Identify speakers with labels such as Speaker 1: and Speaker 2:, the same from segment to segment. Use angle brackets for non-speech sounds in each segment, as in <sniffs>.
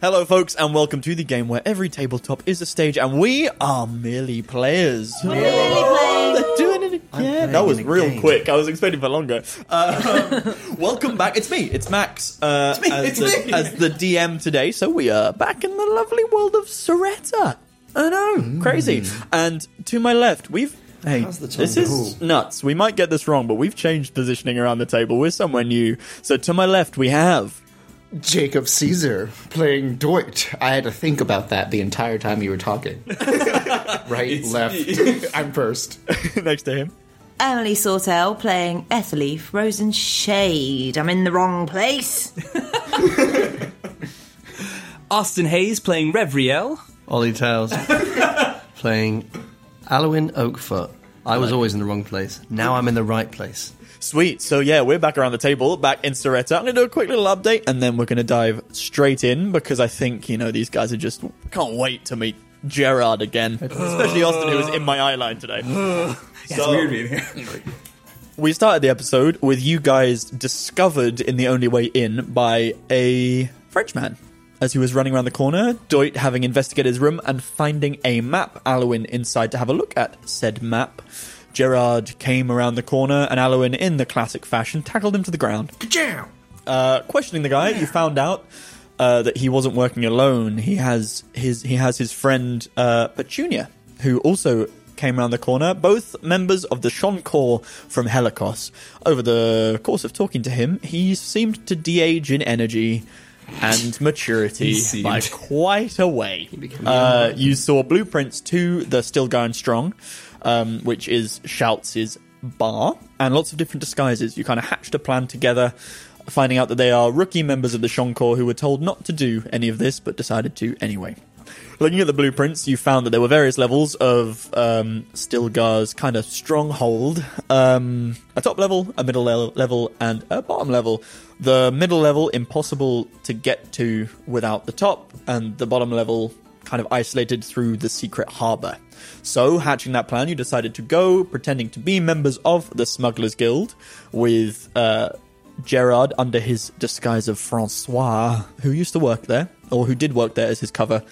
Speaker 1: Hello, folks, and welcome to the game where every tabletop is a stage and we are merely players.
Speaker 2: Really playing.
Speaker 1: They're doing it again. That was
Speaker 3: playing
Speaker 1: real
Speaker 3: again.
Speaker 1: quick. I was expecting for
Speaker 3: <laughs>
Speaker 1: longer. Uh, welcome back. It's me. It's Max. Uh,
Speaker 3: me,
Speaker 1: As,
Speaker 3: it's
Speaker 1: the,
Speaker 3: me.
Speaker 1: as the DM today. So we are back in the lovely world of Soretta. I know.
Speaker 3: Mm.
Speaker 1: Crazy. And to my left, we've. Hey,
Speaker 3: How's the time
Speaker 1: this is
Speaker 3: go?
Speaker 1: nuts. We might get this wrong, but we've changed positioning around the table. We're somewhere new. So to my left, we have. <laughs>
Speaker 4: Jacob Caesar playing Doit. I had to think about that the entire time you were talking. right, left. <laughs> I'm first.
Speaker 1: next to him.
Speaker 2: Emily Sortel playing Etherleaf Rose and Shade. I'm in the wrong place.
Speaker 5: Austin Hayes playing Revriel.
Speaker 6: Ollie
Speaker 5: <laughs>
Speaker 6: Tails playing Alwyn Oakfoot. I was always in the wrong place. Now I'm in the right place.
Speaker 1: Sweet. So yeah, we're back around the table, back in Soretta. I'm gonna do a quick little update, and then we're gonna dive straight in because I think you know these guys are just can't wait to meet Gerard again, especially Austin, who was in my eye line today. So- we started the episode with you guys discovered in the only way in by a Frenchman. As he was running around the corner, Doit having investigated his room and finding a map, Alwyn inside to have a look at said map. Gerard came around the corner and Alwyn, in the classic fashion, tackled him to the ground. Uh, questioning the guy, you found out uh, that he wasn't working alone. He has his he has his friend uh, Petunia, who also came around the corner. Both members of the Shon Corps from Helicos. Over the course of talking to him, he seemed to de-age in energy and maturity by quite a way. Uh, you saw blueprints to the Still Going Strong, um, which is Shouts' bar, and lots of different disguises. You kind of hatched a plan together finding out that they are rookie members of the Shonkor who were told not to do any of this but decided to anyway. Looking at the blueprints, you found that there were various levels of um, Stilgar's kind of stronghold. Um, a top level, a middle le- level, and a bottom level. The middle level impossible to get to without the top, and the bottom level kind of isolated through the secret harbor. So, hatching that plan, you decided to go pretending to be members of the Smugglers Guild with uh, Gerard under his disguise of Francois, who used to work there, or who did work there as his cover,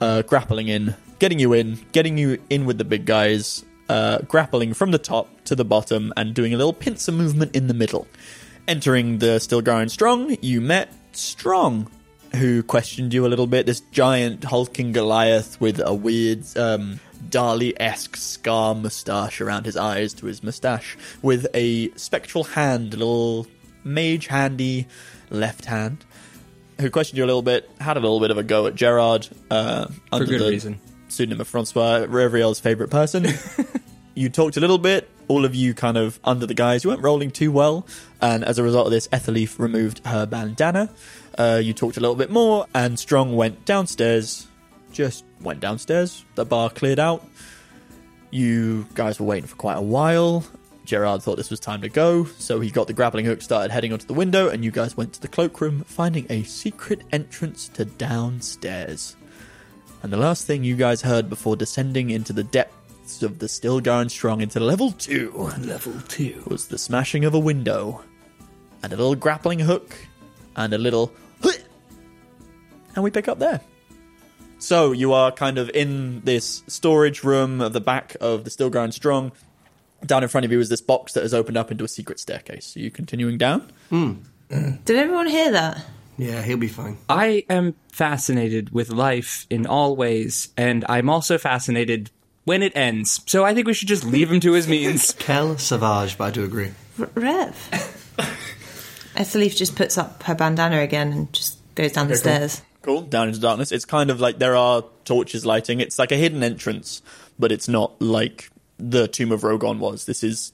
Speaker 1: uh, grappling in, getting you in, getting you in with the big guys, uh, grappling from the top to the bottom, and doing a little pincer movement in the middle. Entering the Stilgarian Strong, you met Strong, who questioned you a little bit. This giant hulking Goliath with a weird um, Dali-esque scar moustache around his eyes to his moustache, with a spectral hand, a little mage handy left hand, who questioned you a little bit, had a little bit of a go at Gerard uh, under
Speaker 5: good
Speaker 1: the
Speaker 5: reason.
Speaker 1: pseudonym of Francois, Revriel's favorite person.
Speaker 5: <laughs>
Speaker 1: you talked a little bit. All of you kind of under the guys. You weren't rolling too well, and as a result of this, Etherleaf removed her bandana. Uh, you talked a little bit more, and Strong went downstairs. Just went downstairs. The bar cleared out. You guys were waiting for quite a while. Gerard thought this was time to go, so he got the grappling hook, started heading onto the window, and you guys went to the cloakroom, finding a secret entrance to downstairs. And the last thing you guys heard before descending into the depths of the still going strong into level two
Speaker 5: Level two.
Speaker 1: was the smashing of a window, and a little grappling hook, and a little. <clears throat> And we pick up there. So you are kind of in this storage room at the back of the Still Ground Strong. Down in front of you is this box that has opened up into a secret staircase. Are you continuing down?
Speaker 2: Did everyone hear that?
Speaker 6: Yeah, he'll be fine.
Speaker 5: I am fascinated with life in all ways, and I'm also fascinated when it ends. So I think we should just leave him to
Speaker 6: <laughs>
Speaker 5: his means.
Speaker 6: Kel Savage, but I do agree.
Speaker 2: R-
Speaker 5: <coughs>
Speaker 2: Rev. Etherleaf just puts up her bandana again and just goes down the stairs.
Speaker 1: Cool. Down into darkness. It's kind of like there are torches lighting. It's like a hidden entrance, but it's not like the Tomb of Rogon was. This is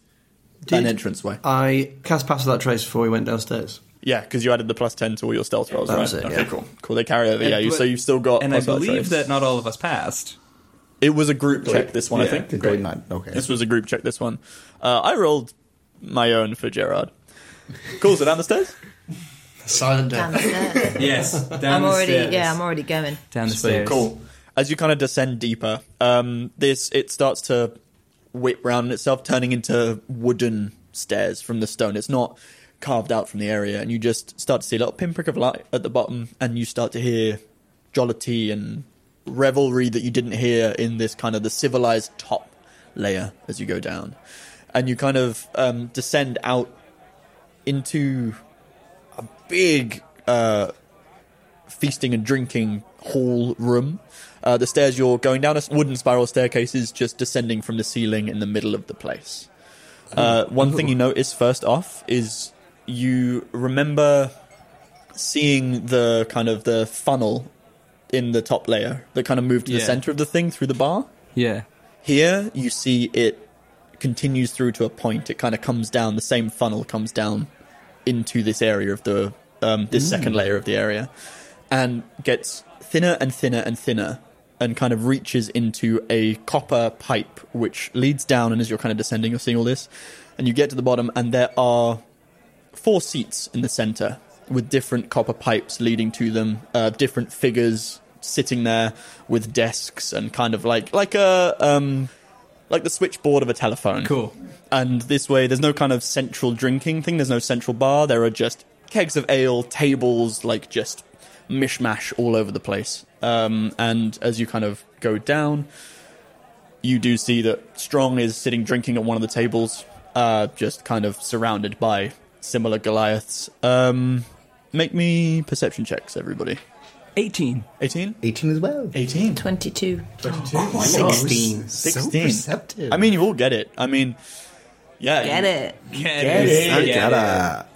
Speaker 1: an
Speaker 6: Did-
Speaker 1: entrance way.
Speaker 6: I cast Pass Without Trace before we went downstairs.
Speaker 1: Yeah, because you added the plus ten to all your stealth rolls,
Speaker 6: That
Speaker 1: right?
Speaker 6: was it,
Speaker 1: okay,
Speaker 6: yeah.
Speaker 1: cool. Cool. They carry over. yeah, you,
Speaker 5: but-
Speaker 1: so you've still got.
Speaker 5: And I
Speaker 1: plus other
Speaker 5: believe
Speaker 1: traits.
Speaker 5: that not all of us passed.
Speaker 1: it was a group check. This one, I think.
Speaker 4: Did Doit not? Okay.
Speaker 1: This was a group check. This one. Uh, I rolled my own for Gerard. Cool. So down the stairs.
Speaker 6: Silent
Speaker 2: Down
Speaker 6: death.
Speaker 2: the
Speaker 5: <laughs>
Speaker 2: stairs.
Speaker 5: Yes, down
Speaker 2: I'm already, yeah, I'm already going.
Speaker 5: down the stairs.
Speaker 1: Cool. As you kind of descend deeper, um, this it starts to whip round in itself, turning into wooden stairs from the stone. It's not carved out from the area, and you just start to see a little pinprick of light at the bottom, and you start to hear jollity and revelry that you didn't hear in this kind of the civilized top layer as you go down, and you kind of um, descend out into a big uh, feasting and drinking hall room. Uh, the stairs you're going down a wooden spiral staircases just descending from the ceiling in the middle of the place. Uh, one thing you notice first off is you remember seeing the kind of the funnel in the top layer that kind of moved to the
Speaker 5: Yeah.
Speaker 1: center of the thing through the bar.
Speaker 5: Yeah.
Speaker 1: Here you see it continues through to a point. It kind of comes down. The same funnel comes down into this area of the um, this second layer of the area, and gets thinner and thinner and thinner, and kind of reaches into a copper pipe which leads down. And as you're kind of descending, you're seeing all this, and you get to the bottom, and there are four seats in the center with different copper pipes leading to them, uh, different figures sitting there with desks and kind of like like a um, like the switchboard of a telephone.
Speaker 5: Cool.
Speaker 1: And this way, there's no kind of central drinking thing. There's no central bar. There are just kegs of ale, tables, like just mishmash all over the place. Um, and as you kind of go down, you do see that Strong is sitting drinking at one of the tables, uh, just kind of surrounded by similar Goliaths. Um, make me perception checks, everybody.
Speaker 5: 18.
Speaker 1: 18?
Speaker 4: 18 as well.
Speaker 1: 18.
Speaker 2: 22.
Speaker 4: 16.
Speaker 1: 16.
Speaker 4: perceptive.
Speaker 1: I mean, you all get it. I mean, yeah.
Speaker 2: Get
Speaker 1: you-
Speaker 2: it.
Speaker 4: I uh,
Speaker 5: Yeah.
Speaker 4: gotta.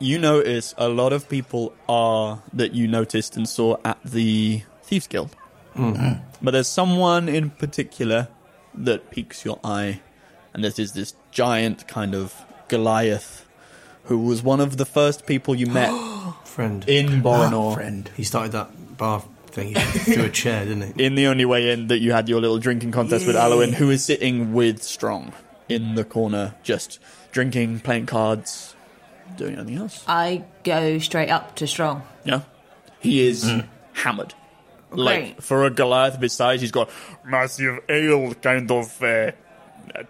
Speaker 1: you notice a lot of people are that you noticed and saw at the Thieves Guild. But there's someone in particular that piques your eye, and this is this giant kind of Goliath who was one of the first people you met
Speaker 6: Friend. Ah,
Speaker 1: in Boronor.
Speaker 4: friend.
Speaker 6: He started that bar
Speaker 1: <laughs>
Speaker 6: thing through a chair, didn't he?
Speaker 1: in the only way in that you had your little drinking contest with Alwyn, who is sitting with Strong in the corner, just drinking, playing cards, doing anything else.
Speaker 2: I go straight up to Strong.
Speaker 1: Yeah. He is hammered. Like,
Speaker 2: Right.
Speaker 1: for a Goliath of his size, he's got
Speaker 3: massive ale kind of uh,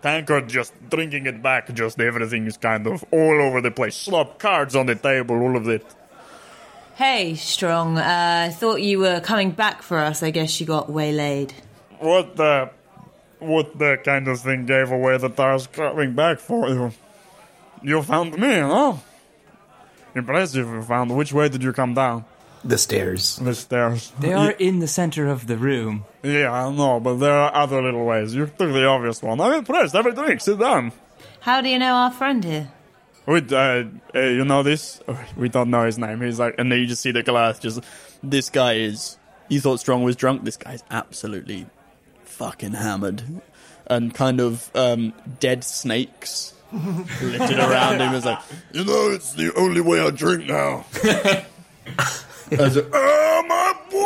Speaker 3: tankard, just drinking it back. Just everything is kind of all over the place. Slop cards on the table, all of that.
Speaker 2: Hey, Strong. Uh, I thought you were coming back for us. I guess you got waylaid.
Speaker 3: What the, what the kind of thing gave away that I was coming back for you? You found me, huh? Impressive. You found. Which way did you come down?
Speaker 4: The stairs. <laughs>
Speaker 3: The stairs.
Speaker 5: They are in the center of the room.
Speaker 3: Yeah, I know, but there are other little ways. You took the obvious one. I'm impressed. Have a drink. Sit down.
Speaker 2: How do you know our friend here?
Speaker 3: We, uh, uh, you know this?
Speaker 1: we don't know his name. He's like, and then you just see the Goliath just, this guy is, you thought Strong was drunk. This guy's absolutely fucking hammered. And kind of um, dead snakes lifted around him. It's like,
Speaker 3: You know, it's the only way I drink now. As a- oh, my boy!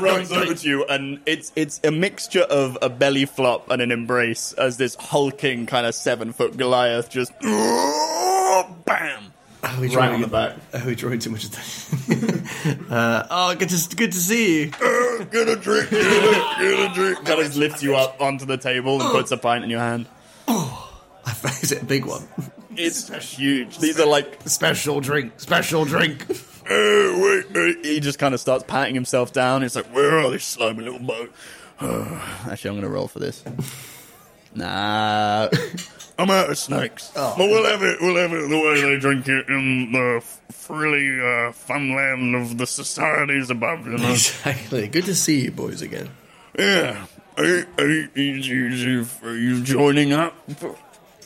Speaker 1: runs over to you, and it's it's a mixture of a belly flop and an embrace as this hulking kind of seven foot Goliath just <laughs>
Speaker 3: Oh, bam!
Speaker 6: Oh, we
Speaker 1: right on the back.
Speaker 6: <laughs> Oh, we drawing too much attention. <laughs> uh, oh, good to good to see you.
Speaker 3: Uh, Get a drink, get a, get a drink.
Speaker 1: Kind of lifts you up onto the table and puts a pint in your hand.
Speaker 6: Is it a big one?
Speaker 1: It's huge. These are like
Speaker 4: Special drink. Special drink.
Speaker 3: <laughs>
Speaker 1: "Oh, wait, wait." he just kind of starts patting himself down. It's like, where are this slimy little
Speaker 3: <sighs>
Speaker 1: boat? Actually, I'm gonna roll for
Speaker 3: <laughs>
Speaker 1: this. Nah,
Speaker 3: I'm out of snakes. But we'll have it, we'll have it the way they drink it in the f- frilly uh, fun land of the societies above, you know?
Speaker 6: Exactly. Good to see you boys again.
Speaker 3: yeah. Are, are, you, you- you- are you joining up?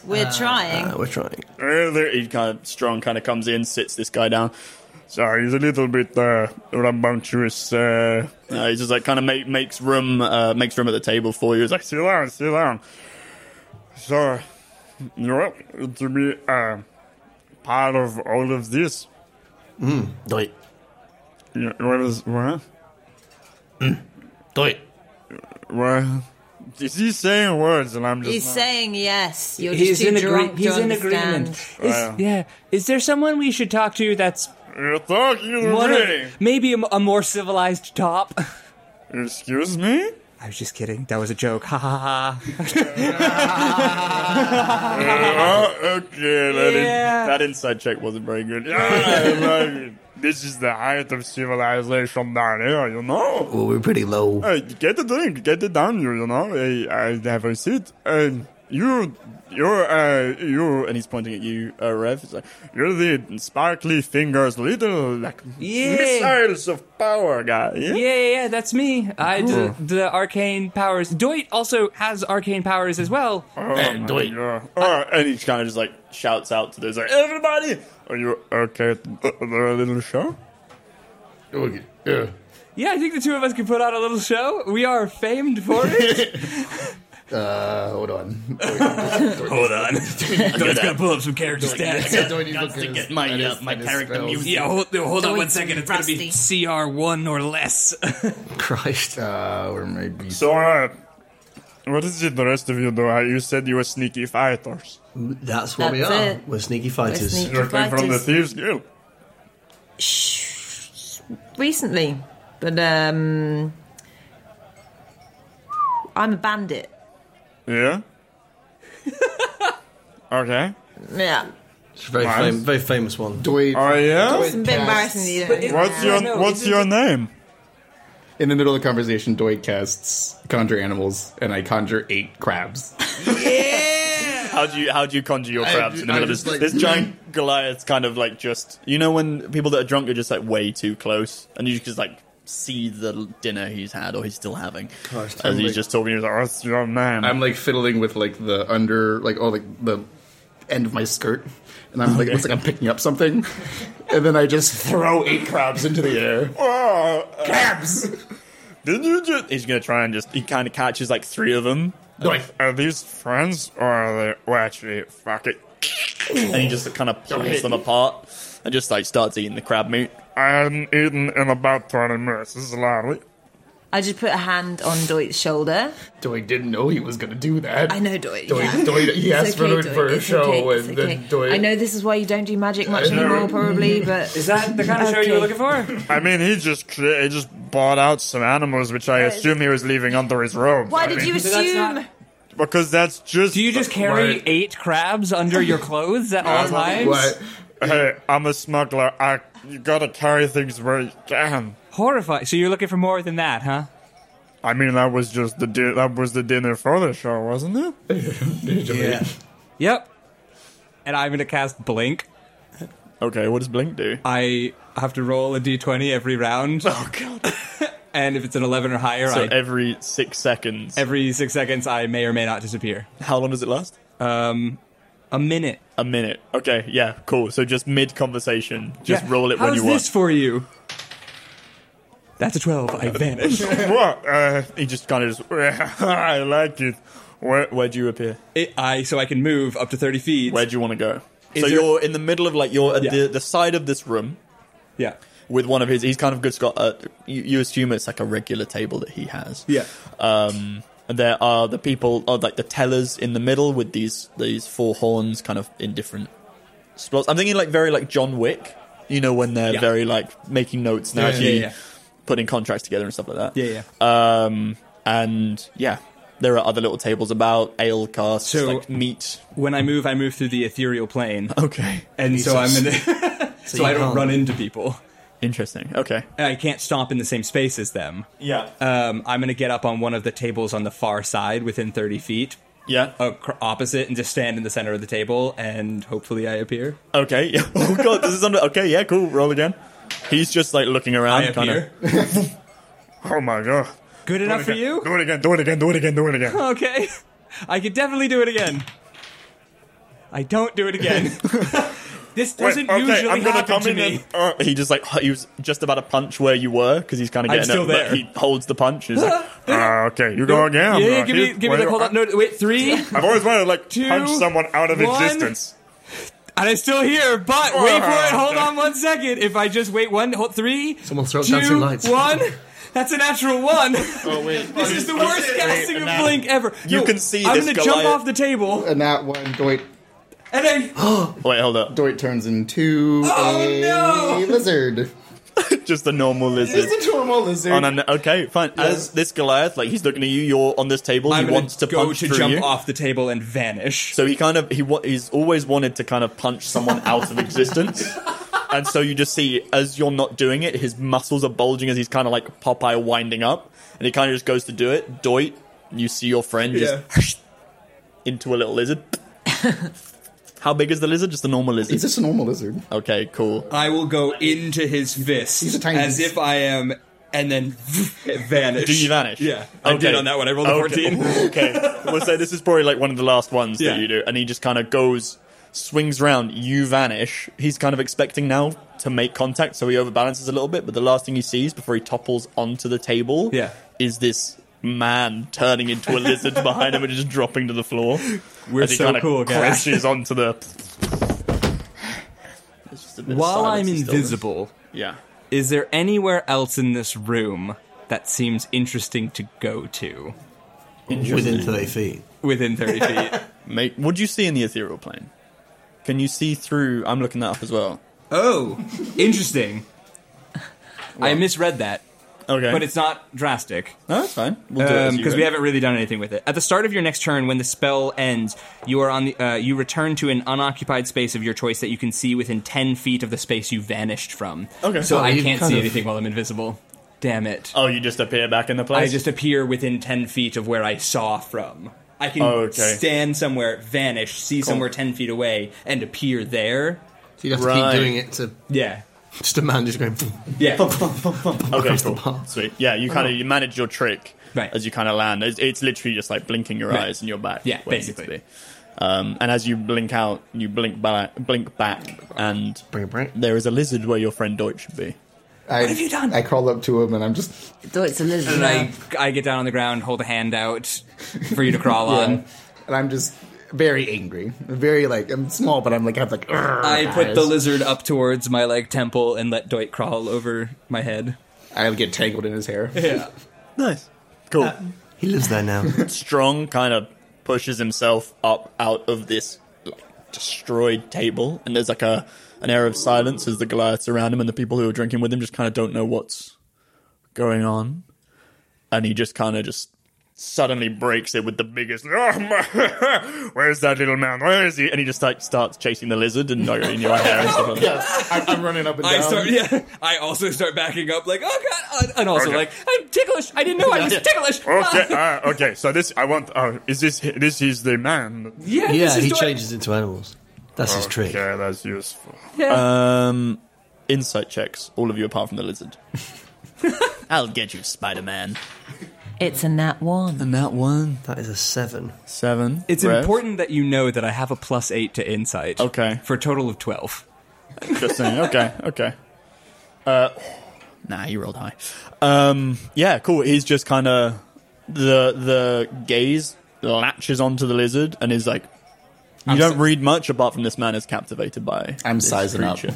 Speaker 2: We're trying.
Speaker 6: Uh, we're trying.
Speaker 1: Uh, there- he kind of strong kind of comes in, sits this guy down.
Speaker 3: Sorry, he's a little bit uh, rambunctious. Uh,
Speaker 1: Uh, he's just like kind of make, makes room, uh, makes room at the table for you. He's like,
Speaker 3: sit down, sit down. So, you know, to be uh, part of all of this,
Speaker 6: Do it.
Speaker 3: you know, what is what?
Speaker 6: Do it.
Speaker 3: What? Is he saying words and I'm just
Speaker 2: He's saying yes. You're just
Speaker 5: He's
Speaker 2: too
Speaker 5: in, agree-
Speaker 2: drunk to
Speaker 5: he's in
Speaker 2: understand.
Speaker 5: agreement. Is- yeah. Is there someone we should talk to that's
Speaker 3: You're talking to
Speaker 5: one
Speaker 3: me.
Speaker 5: of, maybe a, m- a more civilized top? <laughs>
Speaker 3: Excuse me?
Speaker 5: I was just kidding. That was a joke. Ha ha ha.
Speaker 3: oh, okay, that, is-
Speaker 5: Yeah.
Speaker 3: Uh, <laughs>
Speaker 1: that inside check wasn't very good.
Speaker 3: Ah, I like it. This is the height of civilization down here, you know?
Speaker 6: Well, we're pretty low.
Speaker 3: Hey, get a drink, get it down here, you know? Hey, I have a seat. And you, you're, uh, you, and he's pointing at you, uh, Rev. It's like, you're the sparkly fingers, little, like,
Speaker 5: Yeah.
Speaker 3: missiles of power guy. Yeah.
Speaker 5: Yeah, yeah, yeah, that's me. I do the, the arcane powers. Doit also has arcane powers as well.
Speaker 3: Oh, my God. Oh, and he kind of just like shouts out to those like everybody. Are you okay? at The the little show.
Speaker 5: Yeah, I think the two of us could put on a little show. We are famed for
Speaker 2: <laughs>
Speaker 5: it.
Speaker 4: Uh, hold on.
Speaker 1: <laughs>
Speaker 5: Hold on. Doit's gonna pull up some character stats.
Speaker 4: Do I need to look at his-
Speaker 7: my,
Speaker 4: at
Speaker 7: uh,
Speaker 4: his-
Speaker 7: my
Speaker 4: at his
Speaker 7: character
Speaker 4: spells?
Speaker 7: music.
Speaker 5: <laughs> Yeah, hold, hold on one
Speaker 2: Doit's
Speaker 5: second. It's gonna be
Speaker 2: rusty.
Speaker 5: CR1 or less.
Speaker 6: Christ.
Speaker 4: Uh, or maybe.
Speaker 3: So, uh, what is it the rest of you do? Uh, You said you were sneaky fighters.
Speaker 6: That's what we
Speaker 2: That's
Speaker 6: are.
Speaker 2: it.
Speaker 6: We're sneaky fighters.
Speaker 2: sneaky.
Speaker 3: You came from the
Speaker 2: Fighters.
Speaker 3: thieves guild.
Speaker 2: recently, but um, I'm a bandit.
Speaker 4: <laughs>
Speaker 3: Yeah. okay.
Speaker 2: Yeah,
Speaker 6: It's a very,
Speaker 3: Nice.
Speaker 6: fam- very famous one.
Speaker 4: Dwayne
Speaker 3: Oh yeah.
Speaker 2: it's a bit embarrassing. that You don't know.
Speaker 3: What's your
Speaker 5: No,
Speaker 3: What's
Speaker 5: it's-
Speaker 3: your name?
Speaker 4: In the middle of the conversation, Doit casts conjure animals, and I conjure eight crabs.
Speaker 1: How do you how do you conjure your crabs in the
Speaker 4: I
Speaker 1: middle of this?
Speaker 4: just, like-
Speaker 1: this giant Goliath's kind of like just you know when people that are drunk are just like way too close and you just like see the dinner he's had or he's still having
Speaker 6: Christ,
Speaker 1: as
Speaker 6: I'm
Speaker 1: he's
Speaker 4: like-
Speaker 1: just talking. He's like,
Speaker 3: What's your name?
Speaker 4: I'm like fiddling with like the under, like oh, like the end of my skirt, and I'm like, looks like I'm picking up something, and then I just throw eight crabs into the air.
Speaker 3: oh, uh,
Speaker 4: Crabs.
Speaker 3: did you just?
Speaker 1: <laughs> he's gonna try and just he kind of catches like three of them
Speaker 4: Doit.
Speaker 3: Are these friends or are they? Well, actually, fuck it.
Speaker 1: and he just kind of pulls them apart and just like starts eating the crab meat.
Speaker 3: I hadn't eaten in about twenty minutes. This is lovely.
Speaker 2: I just put a hand on Doit's shoulder.
Speaker 4: Doit didn't know he was gonna do that.
Speaker 2: I know Doit.
Speaker 4: Doit.
Speaker 2: yeah.
Speaker 4: Doit. He
Speaker 2: It's
Speaker 4: asked for
Speaker 2: okay,
Speaker 4: Doit for a
Speaker 2: it's
Speaker 4: show,
Speaker 2: okay,
Speaker 4: and
Speaker 2: it's
Speaker 4: then
Speaker 2: okay.
Speaker 4: Doit.
Speaker 2: I know this is why you don't do magic much
Speaker 4: I know. <laughs>
Speaker 2: anymore, probably, but
Speaker 5: Is that the kind of show you were looking for?
Speaker 3: I mean, he just cre- he just bought out some animals, which I assume he was leaving under his robe.
Speaker 2: why
Speaker 3: I
Speaker 2: did
Speaker 3: mean,
Speaker 2: you
Speaker 5: So that's
Speaker 2: assume?
Speaker 5: not-
Speaker 3: Because that's just.
Speaker 5: Do you just carry
Speaker 4: Right.
Speaker 5: eight crabs under your clothes at <laughs> all times?
Speaker 4: What?
Speaker 3: Hey, I'm a smuggler. I you gotta carry things where you can.
Speaker 5: Horrifying. So you're looking for more than that, huh?
Speaker 3: I mean, that was just the di- that was the dinner for the show, wasn't it?
Speaker 6: Yeah.
Speaker 5: Yep. And I'm gonna cast blink.
Speaker 1: Okay, what does Blink do?
Speaker 5: I have to roll a d20 every round,
Speaker 1: Oh god!
Speaker 5: and if it's an 11 or higher,
Speaker 1: So
Speaker 5: I,
Speaker 1: every six seconds,
Speaker 5: every six seconds I may or may not disappear.
Speaker 1: how long does it last?
Speaker 5: A minute.
Speaker 1: A minute. Okay, yeah, cool. So just mid conversation, just
Speaker 5: Yeah.
Speaker 1: roll it when
Speaker 5: How's
Speaker 1: you want.
Speaker 5: this for you? That's a 12. I vanish. <laughs>
Speaker 3: What? Uh,
Speaker 1: he just kind of just <laughs>
Speaker 3: I like it. Where,
Speaker 1: where do you appear?
Speaker 5: It- I so I can move up to 30 feet.
Speaker 1: Where do you want to go?
Speaker 5: Is
Speaker 1: so
Speaker 5: there-
Speaker 1: you're in the middle of like you're at
Speaker 5: Yeah.
Speaker 1: the, the side of this room
Speaker 5: Yeah.
Speaker 1: with one of his. He's kind of good. Scott, uh, you, you assume it's like a regular table that he has.
Speaker 5: Yeah.
Speaker 1: Um, there are the people, or like the tellers in the middle with these these four horns, kind of in different spots. I'm thinking like very like John Wick. You know when they're
Speaker 5: Yeah.
Speaker 1: very like making notes and
Speaker 5: Yeah,
Speaker 1: actually
Speaker 5: yeah, yeah.
Speaker 1: putting contracts together and stuff like that.
Speaker 5: Yeah,
Speaker 1: Um, and yeah, there are other little tables about ale casts,
Speaker 5: So-
Speaker 1: like meat. <laughs>
Speaker 5: When I move, I move through the ethereal plane,
Speaker 1: Okay,
Speaker 5: and so I'm in the,
Speaker 1: <laughs>
Speaker 5: <laughs> so
Speaker 6: you
Speaker 5: I don't
Speaker 6: can't-
Speaker 5: run into people.
Speaker 1: interesting. Okay, Uh,
Speaker 5: I can't stomp in the same space as them.
Speaker 1: yeah,
Speaker 5: Um, I'm gonna get up on one of the tables on the far side, within 30 feet,
Speaker 1: yeah. Oh,
Speaker 5: acro- opposite, and just stand in the center of the table, and hopefully I appear.
Speaker 1: Okay. <laughs> Yeah. Oh god, this is under. Okay, yeah, cool. Roll again. He's just like looking around,
Speaker 5: I
Speaker 1: kind of.
Speaker 5: appear.
Speaker 3: oh my god!
Speaker 5: Good
Speaker 3: Do it
Speaker 5: enough for
Speaker 3: again.
Speaker 5: you?
Speaker 3: Do it again. Do it again. Do it again. Do it
Speaker 5: <laughs>
Speaker 3: again.
Speaker 5: Okay. I could definitely do it again. I don't do it again.
Speaker 1: <laughs>
Speaker 5: this doesn't
Speaker 3: Wait, okay,
Speaker 5: usually
Speaker 3: I'm gonna
Speaker 5: happen
Speaker 3: come
Speaker 5: to
Speaker 3: in
Speaker 5: me.
Speaker 3: and- uh,
Speaker 1: He just like he was just about to punch where you were because he's kind of
Speaker 5: I'm
Speaker 1: getting
Speaker 5: still
Speaker 1: it,
Speaker 5: there.
Speaker 1: But he holds the punch. He's
Speaker 5: <laughs>
Speaker 1: like,
Speaker 3: Ah, okay, you go again.
Speaker 5: Yeah, yeah,
Speaker 3: Uh,
Speaker 5: give me,
Speaker 3: here's
Speaker 5: give me
Speaker 3: where
Speaker 5: the
Speaker 3: you
Speaker 5: hold
Speaker 3: are.
Speaker 5: up. No,
Speaker 1: <laughs>
Speaker 5: wait, three, and
Speaker 3: I've always wanted to like
Speaker 5: Two,
Speaker 3: punch someone out of
Speaker 5: one.
Speaker 3: existence. <laughs>
Speaker 5: I'm still here. But wait for it. Hold on one second. If I just wait one, hold three.
Speaker 6: Someone throw
Speaker 5: two,
Speaker 6: dancing lights.
Speaker 5: One. That's a natural one.
Speaker 1: <laughs> Oh,
Speaker 5: this is the worst casting of blink ever.
Speaker 1: You
Speaker 5: No,
Speaker 1: can see
Speaker 5: I'm
Speaker 1: this
Speaker 5: gonna jump
Speaker 1: Goliath-
Speaker 5: off the table,
Speaker 4: And that one, Doit.
Speaker 5: and
Speaker 1: <gasps>
Speaker 5: I
Speaker 1: Wait, hold up.
Speaker 4: Doit turns into
Speaker 2: Oh,
Speaker 4: a
Speaker 5: no!
Speaker 4: lizard.
Speaker 1: Just a normal lizard.
Speaker 4: It's a normal lizard.
Speaker 1: On an, okay, fine. As this Goliath, like he's looking at you. You're on this table.
Speaker 5: I'm
Speaker 1: he
Speaker 5: gonna
Speaker 1: wants to
Speaker 5: go
Speaker 1: punch
Speaker 5: to
Speaker 1: through
Speaker 5: jump
Speaker 1: you.
Speaker 5: off the table and vanish.
Speaker 1: So he kind of he wa- he's always wanted to kind of punch someone out of existence. and so you just see as you're not doing it, his muscles are bulging as he's kind of like Popeye winding up, and he kind of just goes to do it. Doit, you see your friend just into a little lizard. How big is the lizard? Just a normal lizard.
Speaker 4: It's just a normal lizard.
Speaker 1: Okay, cool.
Speaker 7: I will go into his fist
Speaker 4: He's a tiny-
Speaker 7: as if I am, and then
Speaker 5: <laughs>
Speaker 7: vanish.
Speaker 1: Do you vanish?
Speaker 7: Yeah, I did
Speaker 1: Okay.
Speaker 7: on that one. I rolled a
Speaker 1: Okay. <laughs>
Speaker 7: fourteen.
Speaker 1: okay, we'll say this is probably like one of the last ones
Speaker 7: Yeah.
Speaker 1: that you do, and he just kind of goes, swings round, you vanish. He's kind of expecting now to make contact, so he overbalances a little bit. But the last thing he sees before he topples onto the table,
Speaker 7: Yeah.
Speaker 1: is this man turning into a lizard behind him and just dropping to the floor.
Speaker 7: We're
Speaker 1: as he
Speaker 7: so
Speaker 1: kinda
Speaker 7: cool, guys. <laughs>
Speaker 1: Crashes onto the. It's just a bit of
Speaker 5: While I'm
Speaker 1: silence and stillness.
Speaker 5: invisible,
Speaker 1: yeah.
Speaker 5: is there anywhere else in this room that seems interesting to go to
Speaker 6: within 30 feet.
Speaker 1: <laughs>
Speaker 5: within 30 feet?
Speaker 1: Mate, what do you see in the ethereal plane? Can you see through? I'm looking that up as well.
Speaker 5: Oh, interesting. I misread that,
Speaker 1: Okay,
Speaker 5: but it's not drastic.
Speaker 1: No, that's fine. We'll do it as
Speaker 5: because
Speaker 1: you
Speaker 5: Um, we
Speaker 1: read.
Speaker 5: haven't really done anything with it. At the start of your next turn, when the spell ends, you are on the uh, you return to an unoccupied space of your choice that you can see within ten feet of the space you vanished from.
Speaker 1: Okay.
Speaker 5: so
Speaker 1: Oh,
Speaker 5: I
Speaker 6: you've
Speaker 5: can't
Speaker 6: kind
Speaker 5: see
Speaker 6: of-
Speaker 5: anything while I'm invisible. Damn it!
Speaker 1: Oh, you just appear back in the
Speaker 5: I
Speaker 1: place.
Speaker 5: just appear within ten feet of where I saw from. I can
Speaker 1: Oh, okay.
Speaker 5: stand somewhere, vanish, see somewhere ten feet away, and appear there.
Speaker 6: So you have to
Speaker 1: Right.
Speaker 6: keep doing it to
Speaker 5: Yeah,
Speaker 6: just a man just going.
Speaker 1: <laughs>
Speaker 5: yeah.
Speaker 1: okay,
Speaker 6: across the
Speaker 1: cool.
Speaker 6: path.
Speaker 1: sweet. Yeah, you kind of you manage your trick
Speaker 5: Oh. Right.
Speaker 1: as you kind of land. It's, it's literally just like blinking your
Speaker 5: Right.
Speaker 1: eyes and you're back.
Speaker 5: Yeah,
Speaker 1: where you need to
Speaker 5: basically.
Speaker 1: be. Um, and as you blink out, you blink back, blink back, and
Speaker 6: Bring it, bring it.
Speaker 1: there is a lizard where your friend Deutsch should be.
Speaker 4: I, what have you done? I crawl up to him and I'm just
Speaker 2: Though it's a lizard.
Speaker 5: And I, I get down on the ground, hold a hand out for you
Speaker 1: <laughs>
Speaker 5: to crawl on.
Speaker 4: and I'm just very angry, very like I'm small, but I'm like I have like.
Speaker 5: I put the lizard up towards my like temple and let Doit crawl over my head.
Speaker 4: I get tangled in his
Speaker 5: <laughs>
Speaker 4: hair.
Speaker 1: <laughs>
Speaker 5: Yeah.
Speaker 1: Nice, cool,
Speaker 5: Uh,
Speaker 6: He lives there <laughs> now.
Speaker 1: strong. Kind of pushes himself up out of this like, destroyed table, and there's like a an air of silence as the Goliaths around him and the people who are drinking with him just kind of don't know what's going on. And he just kind of just suddenly breaks it with the biggest, oh my, where's that little man? Where is he? And he just like starts chasing the lizard and like, in your hair and stuff like that.
Speaker 4: Yes, I'm, I'm running up and down.
Speaker 5: I start. Yeah. I also start backing up, like, oh god, and- and also
Speaker 3: Okay.
Speaker 5: like, I'm ticklish. I didn't know I was ticklish. <laughs>
Speaker 3: Okay,
Speaker 5: Ah.
Speaker 3: uh, okay. So this, I want. Oh, is this? This is the man.
Speaker 5: yeah.
Speaker 6: yeah,
Speaker 5: this is
Speaker 6: he
Speaker 5: Doit.
Speaker 6: changes into animals. That's his trick.
Speaker 3: Okay, that's useful.
Speaker 1: Um, insight checks, all of you apart from the
Speaker 5: <laughs>
Speaker 1: lizard. I'll get you, Spider Man.
Speaker 2: it's a nat one.
Speaker 1: And that one,
Speaker 6: That is a seven.
Speaker 1: seven.
Speaker 5: It's
Speaker 1: Rev?
Speaker 5: important that you know that I have a plus eight to insight.
Speaker 1: Okay.
Speaker 5: For a total of twelve.
Speaker 1: Just saying. Okay, okay. Uh, nah, he rolled high. Um, yeah, cool. He's just kind of the the gaze latches onto the lizard and is like, you don't read much apart from this man is captivated by.
Speaker 4: I'm
Speaker 1: this
Speaker 4: sizing up.
Speaker 1: creature.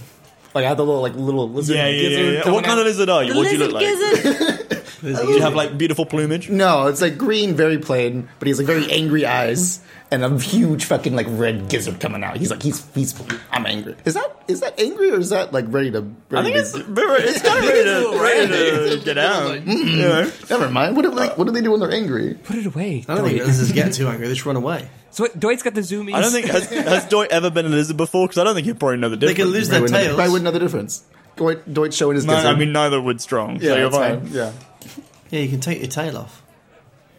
Speaker 4: Like I have the little like little lizard.
Speaker 1: Yeah, yeah, yeah,
Speaker 4: gizzard
Speaker 1: yeah.
Speaker 4: coming
Speaker 1: What kind
Speaker 4: out.
Speaker 1: of lizard are you? What do you
Speaker 2: lizard
Speaker 1: look like?
Speaker 2: gizzard.
Speaker 1: Do you have like beautiful plumage?
Speaker 4: No, it's like green, very plain, but he has like very angry eyes and a huge fucking like red gizzard coming out. He's like he's he's I'm angry. Is that is that angry or is that like ready to?
Speaker 1: I
Speaker 4: Ready
Speaker 1: think
Speaker 4: to-
Speaker 1: it's, it's kind of ready to, ready to get out. Yeah.
Speaker 4: Never mind. What do, like, what do they do when they're angry?
Speaker 5: Put it away.
Speaker 6: I don't think
Speaker 5: Doit.
Speaker 6: lizards get too angry. They just run away.
Speaker 5: So what, Doit's got the zoomies.
Speaker 1: I don't think has, has Doit ever been a lizard before because I don't think he'd probably know the
Speaker 6: They
Speaker 1: difference.
Speaker 6: can lose their
Speaker 4: Probably wouldn't-
Speaker 6: tails.
Speaker 4: probably wouldn't know the difference. Doit, Doit showing his
Speaker 1: No,
Speaker 4: gizzard.
Speaker 1: I mean neither would strong.
Speaker 4: yeah,
Speaker 1: so you're
Speaker 4: that's
Speaker 1: fine.
Speaker 4: fine. Yeah,
Speaker 6: Yeah, you can take your tail off.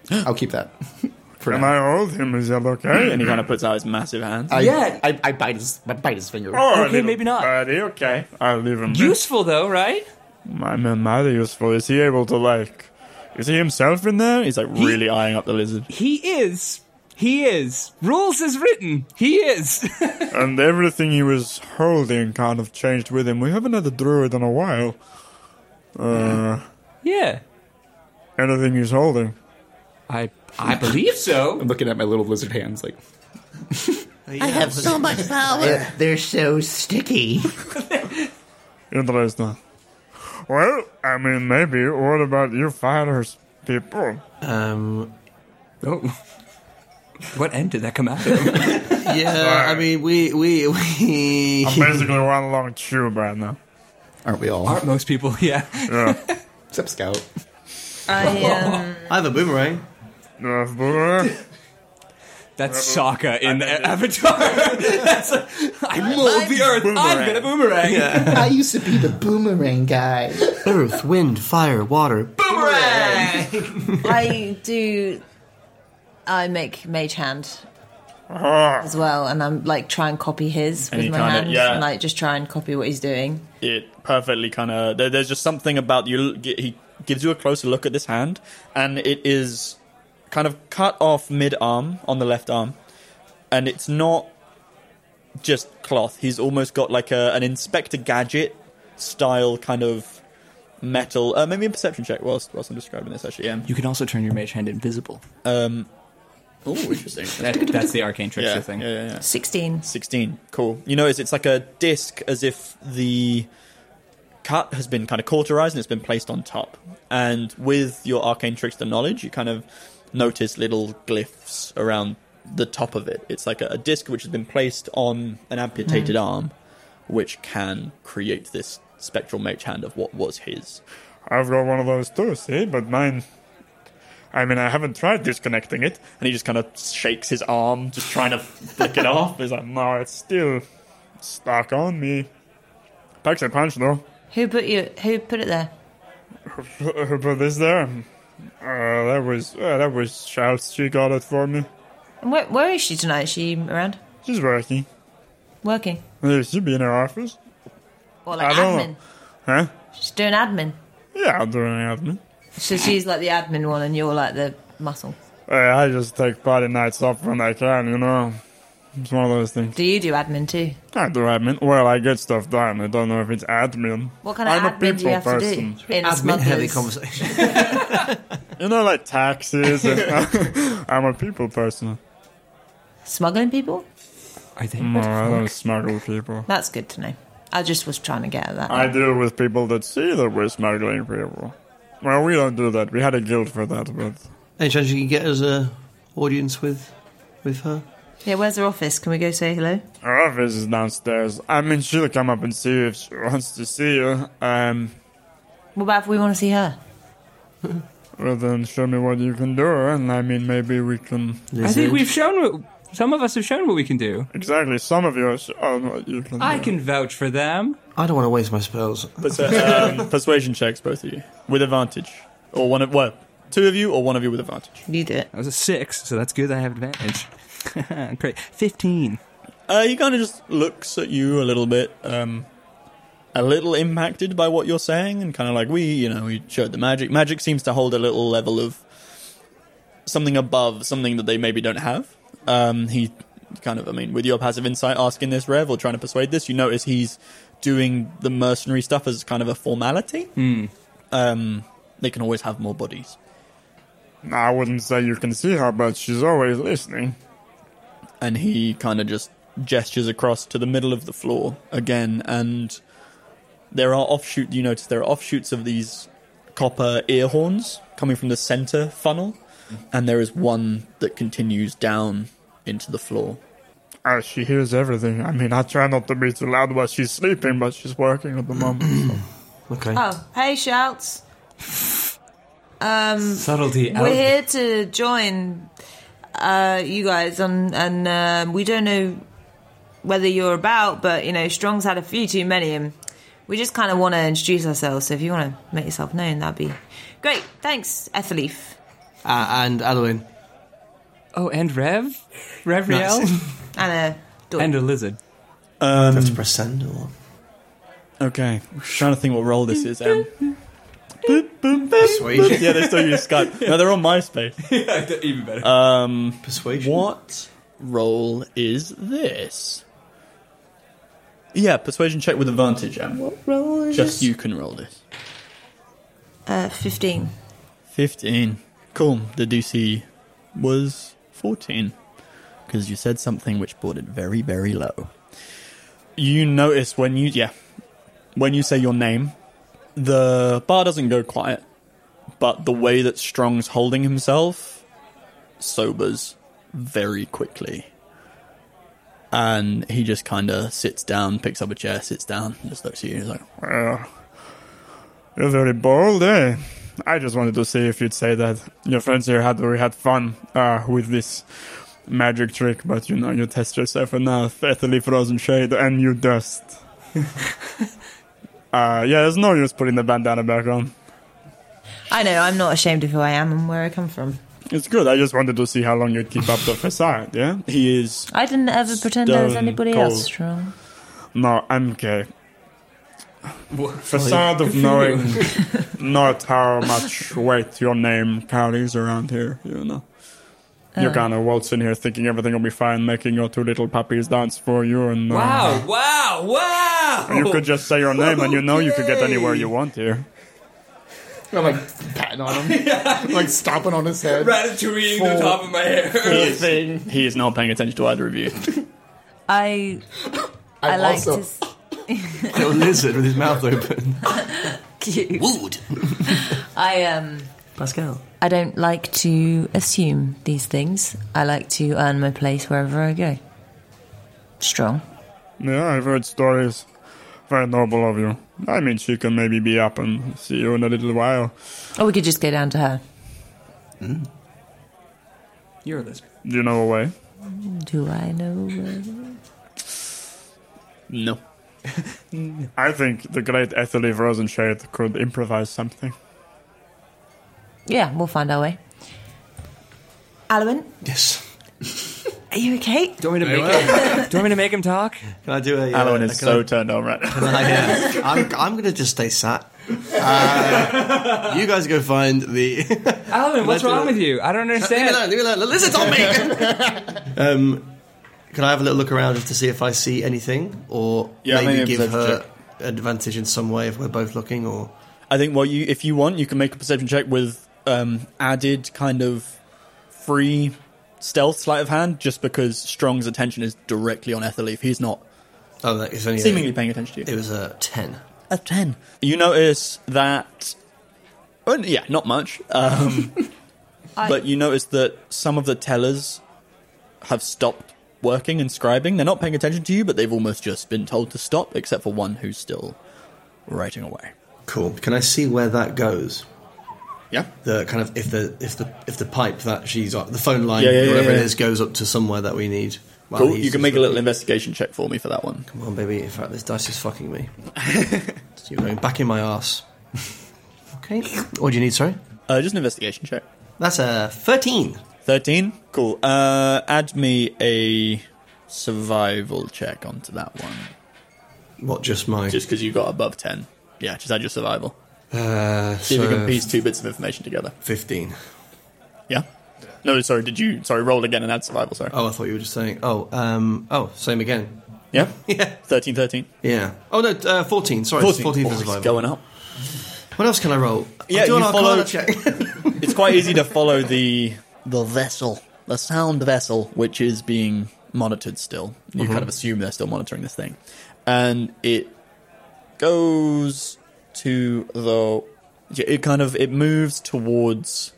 Speaker 4: I'll keep that. <laughs> For
Speaker 3: Can
Speaker 4: now.
Speaker 3: I hold him? Is that okay? Oh,
Speaker 1: And
Speaker 4: <clears throat>
Speaker 1: he kind of puts out his massive hands.
Speaker 4: I,
Speaker 5: Yeah.
Speaker 4: I, I bite his I bite his finger.
Speaker 3: Oh,
Speaker 5: Okay,
Speaker 3: little
Speaker 5: maybe not.
Speaker 3: buddy, okay, I'll leave him.
Speaker 5: Useful though, right?
Speaker 3: I mean, mighty useful. Is he able to like? Is he himself in there?
Speaker 1: He's like really eyeing up the lizard.
Speaker 5: He is. He is. Rules is written. He is. <laughs>
Speaker 3: And everything he was holding kind of changed with him. We haven't had a druid in a while.
Speaker 5: yeah.
Speaker 3: Anything he's holding.
Speaker 5: I I believe so.
Speaker 4: I'm looking at my little lizard hands like
Speaker 6: I have
Speaker 2: Oh
Speaker 6: so much power.
Speaker 4: they're so sticky.
Speaker 3: Interesting. Well, I mean, maybe. What about you fighters, people?
Speaker 6: Um,
Speaker 5: Oh. What end did that come out of? <laughs>
Speaker 6: yeah, I mean, we we we. <laughs>
Speaker 3: I'm basically one long tube right now.
Speaker 4: Aren't we all?
Speaker 5: Aren't most people? Yeah.
Speaker 4: Except Scout.
Speaker 2: I um,
Speaker 6: I have a boomerang.
Speaker 3: Uh,
Speaker 5: That's Sokka in the Avatar. <laughs> That's a, I mold the earth. I'm gonna boomerang.
Speaker 4: <laughs> I used to be the boomerang guy.
Speaker 6: Earth, wind, fire, water.
Speaker 2: I do. I make mage hand
Speaker 3: Uh-huh.
Speaker 2: as well, and I'm like try and copy his
Speaker 1: And
Speaker 2: with
Speaker 1: you
Speaker 2: my
Speaker 1: kinda-
Speaker 2: hand,
Speaker 1: yeah.
Speaker 2: and like just try and copy what he's doing.
Speaker 1: it perfectly kind of there, there's just something about you he gives you a closer look at this hand and it is kind of cut off mid arm on the left arm and it's not just cloth he's almost got like a, an inspector gadget style kind of metal uh, maybe a perception check whilst, whilst i'm describing this actually yeah
Speaker 5: You can also turn your mage hand invisible.
Speaker 1: oh interesting
Speaker 5: That- that's the arcane trickster
Speaker 1: yeah, yeah,
Speaker 5: thing.
Speaker 1: yeah, yeah.
Speaker 2: Sixteen.
Speaker 1: 16. Cool. You notice it's like a disc as if the cut has been kind of cauterized and it's been placed on top. And with your arcane trickster knowledge, you kind of notice little glyphs around the top of it. It's like a, a disc which has been placed on an amputated arm, which can create this spectral mage hand of what was his.
Speaker 3: I've got one of those too, see? But mine. I mean, I haven't tried disconnecting it.
Speaker 1: And he just kind of shakes his arm, just trying to flick it off.
Speaker 3: Off is like, no, it's still stuck on me. Packs a punch, though.
Speaker 2: Who put you? Who put it there?
Speaker 3: but this there. Um, Uh, that was uh, that was Charles. She got it for me.
Speaker 2: And where, where is she tonight? Is she around?
Speaker 3: She's working.
Speaker 2: Working?
Speaker 3: Uh, She'll be in her office.
Speaker 2: Or like
Speaker 3: I don't
Speaker 2: admin?
Speaker 3: know. Huh?
Speaker 2: She's doing admin.
Speaker 3: Yeah, I'll do any of them.
Speaker 2: So she's like the admin one, and you're like the muscle.
Speaker 3: Uh, I just take party nights off when I can, you know. It's one of those things.
Speaker 2: Do you do admin too?
Speaker 3: I do admin. Well, I get stuff done. I don't know if it's admin.
Speaker 2: What kind of
Speaker 3: I'm a
Speaker 2: admin do you
Speaker 3: people
Speaker 2: have
Speaker 3: person.
Speaker 2: to do in
Speaker 6: Admin heavy
Speaker 2: Smugglers?
Speaker 6: conversation.
Speaker 3: You know, like
Speaker 2: <laughs>
Speaker 3: taxes. And <laughs> I'm a people person.
Speaker 2: Smuggling people?
Speaker 5: Are they?
Speaker 3: No, I don't smuggle people.
Speaker 2: That's good to know. I just was trying to get at that.
Speaker 3: I deal with people that see that we're smuggling people. Well, we don't do that. We had a guild for that, but
Speaker 6: Any chance you can get us a audience with with her?
Speaker 2: yeah, where's her office? Can we go say hello?
Speaker 3: her office is downstairs. I mean, she'll come up and see you if she wants to see you. Um,
Speaker 2: What about if we want to see her?
Speaker 3: well, then show me what you can do, and I mean, maybe we can.
Speaker 5: I think we've shown. What, some of us have shown what we can do.
Speaker 3: Exactly. Some of you are shown what you can
Speaker 5: I
Speaker 3: do.
Speaker 5: can vouch for them.
Speaker 6: I don't want to waste my spells.
Speaker 1: <laughs> um, persuasion checks, both of you, with advantage, or one of well, two of you, or one of you with advantage.
Speaker 2: You do it.
Speaker 5: That was a six, so that's good. I have advantage. <laughs> Great, fifteen.
Speaker 1: Uh, he kind of just looks at you a little bit, um, a little impacted by what you're saying, and kind of like we, you know, we showed the magic. Magic seems to hold a little level of something above something that they maybe don't have. Um, he kind of, I mean, with your passive insight, asking this Rev or trying to persuade this, you notice he's doing the mercenary stuff as kind of a formality. Um, they can always have more bodies.
Speaker 3: I wouldn't say you can see her, but she's always listening.
Speaker 1: and he kind of just gestures across to the middle of the floor again and there are offshoot you notice there are offshoots of these copper ear horns coming from the center funnel and there is one that continues down into the floor
Speaker 3: Uh, she hears everything. I mean, I try not to be too loud while she's sleeping, but she's working at the moment. so.
Speaker 6: Okay.
Speaker 2: Oh, hey, shouts.
Speaker 5: Subtlety.
Speaker 2: We're here to join uh, you guys on, and um, we don't know whether you're about, but you know, Strong's had a few too many, and we just kind of want to introduce ourselves. So if you want to make yourself known, that'd be great. Thanks, Etherleaf.
Speaker 6: Uh, and Alwyn.
Speaker 5: Oh, and Rev, Rev Riel,
Speaker 2: And uh,
Speaker 5: <laughs> and a lizard.
Speaker 6: have to press send or
Speaker 1: okay trying to think what role this is um,
Speaker 6: persuasion?
Speaker 1: <laughs> yeah they still use skype no they're on myspace
Speaker 5: Even better.
Speaker 6: persuasion.
Speaker 1: what role is this yeah persuasion check with advantage Em. just you can roll this
Speaker 2: uh, fifteen.
Speaker 1: 15. Cool. The DC was 14. Because you said something which brought it very, very low. You notice when you, yeah, when you say your name, the bar doesn't go quiet, but the way that Strong's holding himself sobers very quickly. And he just kind of sits down, picks up a chair, sits down, just looks at you. He's like,
Speaker 3: Well, you're very bold, eh? I just wanted to see if you'd say that your friends here had already had fun uh, with this magic trick, but you know, you test yourself enough, ethically frozen shade, and you dust. uh, yeah, there's no use putting the bandana back on.
Speaker 2: I know, I'm not ashamed of who I am and where I come from.
Speaker 3: It's good. I just wanted to see how long you'd keep up the facade, yeah? He is.
Speaker 2: I didn't ever pretend there was
Speaker 3: Stone
Speaker 2: anybody
Speaker 3: cold.
Speaker 2: else strong.
Speaker 3: No, I'm okay. Facade of knowing not how much weight your name carries around here, you know. You're kind of waltz in here thinking everything will be fine, making your two little puppies dance for you, and uh,
Speaker 7: Wow, wow, wow!
Speaker 3: you could just say your name, and you know you could get anywhere you want here.
Speaker 4: I'm like patting on <laughs> him, like stomping on his head.
Speaker 7: Ratatouille the top of my hair.
Speaker 1: He is not paying attention to either of you.
Speaker 2: I I
Speaker 4: I'm
Speaker 2: like
Speaker 4: also-
Speaker 2: to s-
Speaker 6: Little lizard with his mouth open.
Speaker 2: cute. <laughs> I um
Speaker 6: Pascal.
Speaker 2: I don't like to assume these things. I like to earn my place wherever I go. Strong.
Speaker 3: Yeah, I've heard stories. Very noble of you. I mean, she can maybe be up and see you in a little while.
Speaker 2: Or we could just go down to her.
Speaker 5: You're a lizard.
Speaker 3: Do you know a way?
Speaker 2: Do I know? where-
Speaker 1: No.
Speaker 3: I think the great Etherly Rosenshade could improvise something.
Speaker 2: Yeah, we'll find our way. Alwyn,
Speaker 6: Yes.
Speaker 2: are you okay?
Speaker 5: Do you want me to make him? Do you want me to make him talk?
Speaker 6: Can I do a? uh,
Speaker 1: Alan is
Speaker 6: can
Speaker 1: so
Speaker 6: I-
Speaker 1: turned on right now.
Speaker 6: can I, uh, <laughs> I'm, I'm going to just stay sat. Uh, you guys go find the. <laughs>
Speaker 5: Alan, what's
Speaker 6: I do
Speaker 5: wrong
Speaker 6: it?
Speaker 5: with you? I
Speaker 6: Leave
Speaker 5: don't
Speaker 6: me
Speaker 5: understand.
Speaker 6: alone, leave me alone. The lizard's on me! um, can I have a little look around just to see if I see anything? Or
Speaker 1: Yeah,
Speaker 6: maybe
Speaker 1: maybe
Speaker 6: give
Speaker 1: observe
Speaker 6: her advantage in some way if we're both looking? Or
Speaker 1: I think what you, if you want, you can make a perception check with um, added kind of free stealth sleight of hand, just because Strong's attention is directly on Etherleaf. He's not
Speaker 6: Oh, that is only a-
Speaker 1: seemingly paying attention to
Speaker 6: It
Speaker 1: you.
Speaker 6: was a 10.
Speaker 1: A ten. You notice that. oh, yeah, not much. <laughs> Um, but you notice that some of the tellers have stopped working and scribing. They're not paying attention to you, but they've almost just been told to stop, except for one who's still writing away.
Speaker 6: Cool. Can I see where that goes?
Speaker 1: Yeah.
Speaker 6: The kind of if the if the if the pipe that she's on, the phone line,
Speaker 1: Yeah, yeah, yeah,
Speaker 6: wherever it
Speaker 1: yeah.
Speaker 6: is, goes up to somewhere that we need. Wow,
Speaker 1: Cool.
Speaker 6: he's
Speaker 1: You can
Speaker 6: just
Speaker 1: make a
Speaker 6: looking-
Speaker 1: little investigation check for me for that one.
Speaker 6: Come on, baby. In fact, this dice is
Speaker 1: <laughs>
Speaker 6: fucking me. So You're going back in my ass. okay. What do you need? Sorry.
Speaker 1: Uh, just an investigation check.
Speaker 6: That's a thirteen.
Speaker 1: 13? Cool. Uh, add me a survival check onto that one.
Speaker 6: What? Just my.
Speaker 1: Just because you got above 10. Yeah, just add your survival.
Speaker 6: uh,
Speaker 1: See if you can
Speaker 6: so
Speaker 1: piece two bits of information together.
Speaker 6: Fifteen.
Speaker 1: Yeah? No, sorry, did you? Sorry, roll again and add survival, sorry.
Speaker 6: Oh, I thought you were just saying. Oh, um, oh, same again. <laughs>
Speaker 1: Yeah? <laughs>
Speaker 6: Yeah.
Speaker 1: 13, 13.
Speaker 6: Yeah. Oh no, uh, fourteen. Sorry, it's
Speaker 1: 14.
Speaker 6: fourteen for
Speaker 1: Oh, it's
Speaker 6: survival.
Speaker 1: going up.
Speaker 6: What else can I roll?
Speaker 1: Yeah,
Speaker 6: I'm doing
Speaker 1: you
Speaker 6: an
Speaker 1: follow-
Speaker 6: Arcana check.
Speaker 1: it's quite easy to follow the the vessel, the sound vessel, which is being monitored still. You kind of assume they're still monitoring this thing, and it goes to the. It kind of it moves towards.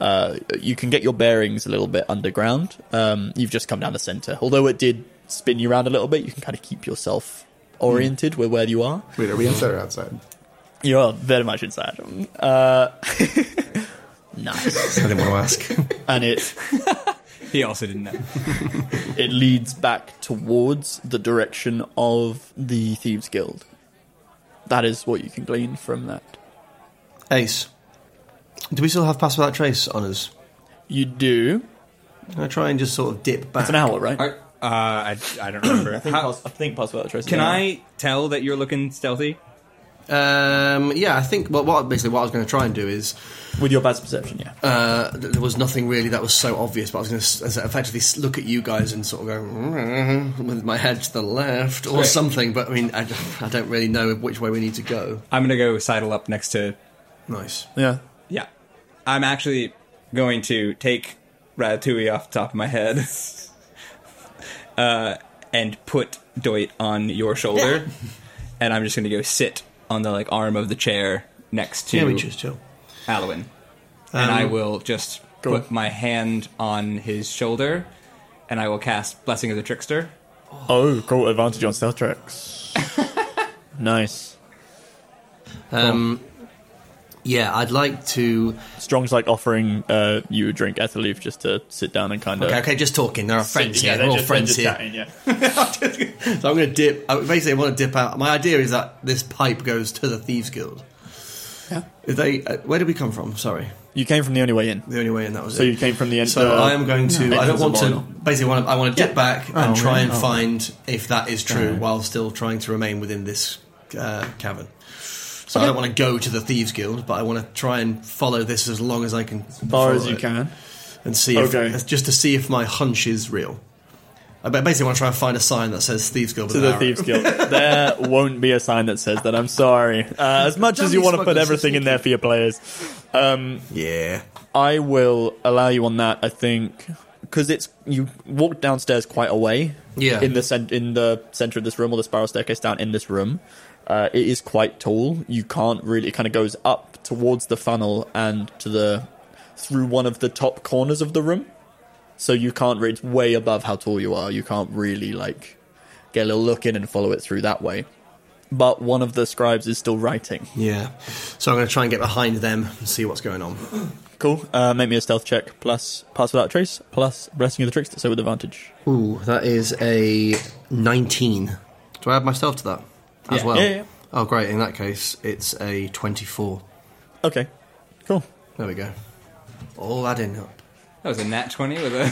Speaker 1: Uh, you can get your bearings a little bit underground. Um, you've just come down the center, although it did spin you around a little bit. You can kind of keep yourself oriented with where you are.
Speaker 4: Wait, are we inside or outside?
Speaker 1: You are very much inside. Uh, <laughs> nice,
Speaker 6: I didn't want to ask.
Speaker 1: and it
Speaker 5: He also didn't know.
Speaker 1: it leads back towards the direction of the Thieves Guild. That is what you can glean from that.
Speaker 6: <laughs> Ace, do we still have Pass Without Trace honours?
Speaker 1: You do.
Speaker 6: Can I try and just sort of dip back?
Speaker 1: It's an hour, right?
Speaker 5: Are- uh, I, I don't <clears throat> remember. How-
Speaker 1: I think pass without trace.
Speaker 5: can I tell that you're looking stealthy?
Speaker 6: Um, yeah, I think what, what basically what I was going to try and do is
Speaker 1: with your bad perception? Yeah.
Speaker 6: uh, th- there was nothing really that was so obvious, but I was going to s- effectively s- look at you guys and sort of go "Mm," with my head to the left or
Speaker 5: Right.
Speaker 6: something. But I mean, I, d- I don't really know which way we need to go.
Speaker 5: I'm gonna go sidle up next to.
Speaker 6: Nice.
Speaker 1: yeah.
Speaker 5: Yeah, I'm actually going to take Ratatouille off the top of my head, <laughs> uh, and put Doit on your <laughs> shoulder, and I'm just gonna go sit on the like arm of the chair next to
Speaker 6: Yeah, we just chill.
Speaker 5: Alwyn. and I will just put my hand on his shoulder, and I will cast Blessing of the Trickster.
Speaker 1: Oh, cool advantage on stealth <laughs> tracks. nice.
Speaker 6: Um, Yeah, I'd like to.
Speaker 1: Strong's like offering uh, you a drink, Ethelif, just to sit down and kind of.
Speaker 6: Okay, okay, just talking. There are friends here. We're all friends here.
Speaker 1: yeah.
Speaker 6: So I'm going to dip. I basically want to dip out. My idea is that this pipe goes to the Thieves Guild. If They, uh, where did we come from? Sorry,
Speaker 1: You came from the only way in.
Speaker 6: the only way, and that was
Speaker 1: So
Speaker 6: it.
Speaker 1: you came from the end.
Speaker 6: So
Speaker 1: uh,
Speaker 6: I am going to. I don't want to.
Speaker 1: Mortal.
Speaker 6: Basically, want to, I want to dip
Speaker 1: Yeah.
Speaker 6: back and
Speaker 4: Oh,
Speaker 6: try
Speaker 4: really?
Speaker 6: and
Speaker 4: Oh.
Speaker 6: find if that is true, while still trying to remain within this uh, cavern. So I don't want to go to the thieves' guild, but I want to try and follow this as long as I can, as
Speaker 1: far as you can.
Speaker 6: and see if, uh,
Speaker 1: Okay.
Speaker 6: just to see if my hunch is real. I ba- basically want to try and find a sign that says thieves' guild.
Speaker 1: To
Speaker 6: With an
Speaker 1: the
Speaker 6: arrow.
Speaker 1: Thieves Guild. There won't be a sign that says that. I'm sorry. Uh, as much as you
Speaker 6: Dummy
Speaker 1: want to put
Speaker 6: smugglers are
Speaker 1: everything in there for your players,
Speaker 6: Yeah.
Speaker 1: I will allow you on that. I think because it's you walk downstairs quite a way.
Speaker 6: Yeah.
Speaker 1: In the cent- in the center of this room, or the spiral staircase down in this room, uh, it is quite tall. You can't really. It kind of goes up towards the funnel and to the through one of the top corners of the room. So you can't. Re- it's way above how tall you are. You can't really like get a little look in and follow it through that way. But one of the scribes is still writing.
Speaker 6: Yeah. So I'm going to try and get behind them and see what's going on.
Speaker 1: Cool. Uh, make me a stealth check plus pass without trace plus blessing of the trickster, so with advantage.
Speaker 6: Ooh, that is a 19. Do I add myself to that as
Speaker 5: Yeah.
Speaker 6: well?
Speaker 1: Yeah, yeah, yeah.
Speaker 6: Oh, great. In that case, it's a 24.
Speaker 1: Okay. Cool.
Speaker 6: There we go. All adding up.
Speaker 5: That was a nat 20
Speaker 1: <laughs>
Speaker 5: with a.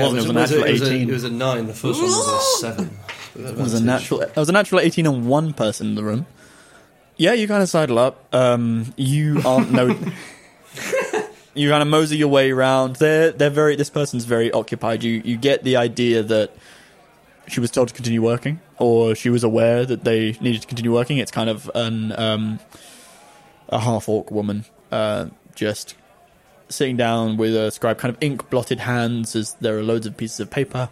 Speaker 1: wasn't, it was a
Speaker 6: it was
Speaker 1: natural
Speaker 6: a-
Speaker 1: 18.
Speaker 6: it was a 9. The first one was a 7.
Speaker 1: It was a natural. It was a natural eighteen on one person in the room. Yeah, you kind of sidle up. Um, you aren't no. you kind of mosey your way around. They're they're very. This person's very occupied. You you get the idea that she was told to continue working, or she was aware that they needed to continue working. It's kind of an um, a half orc woman uh, just sitting down with a scribe, kind of ink blotted hands, as there are loads of pieces of paper.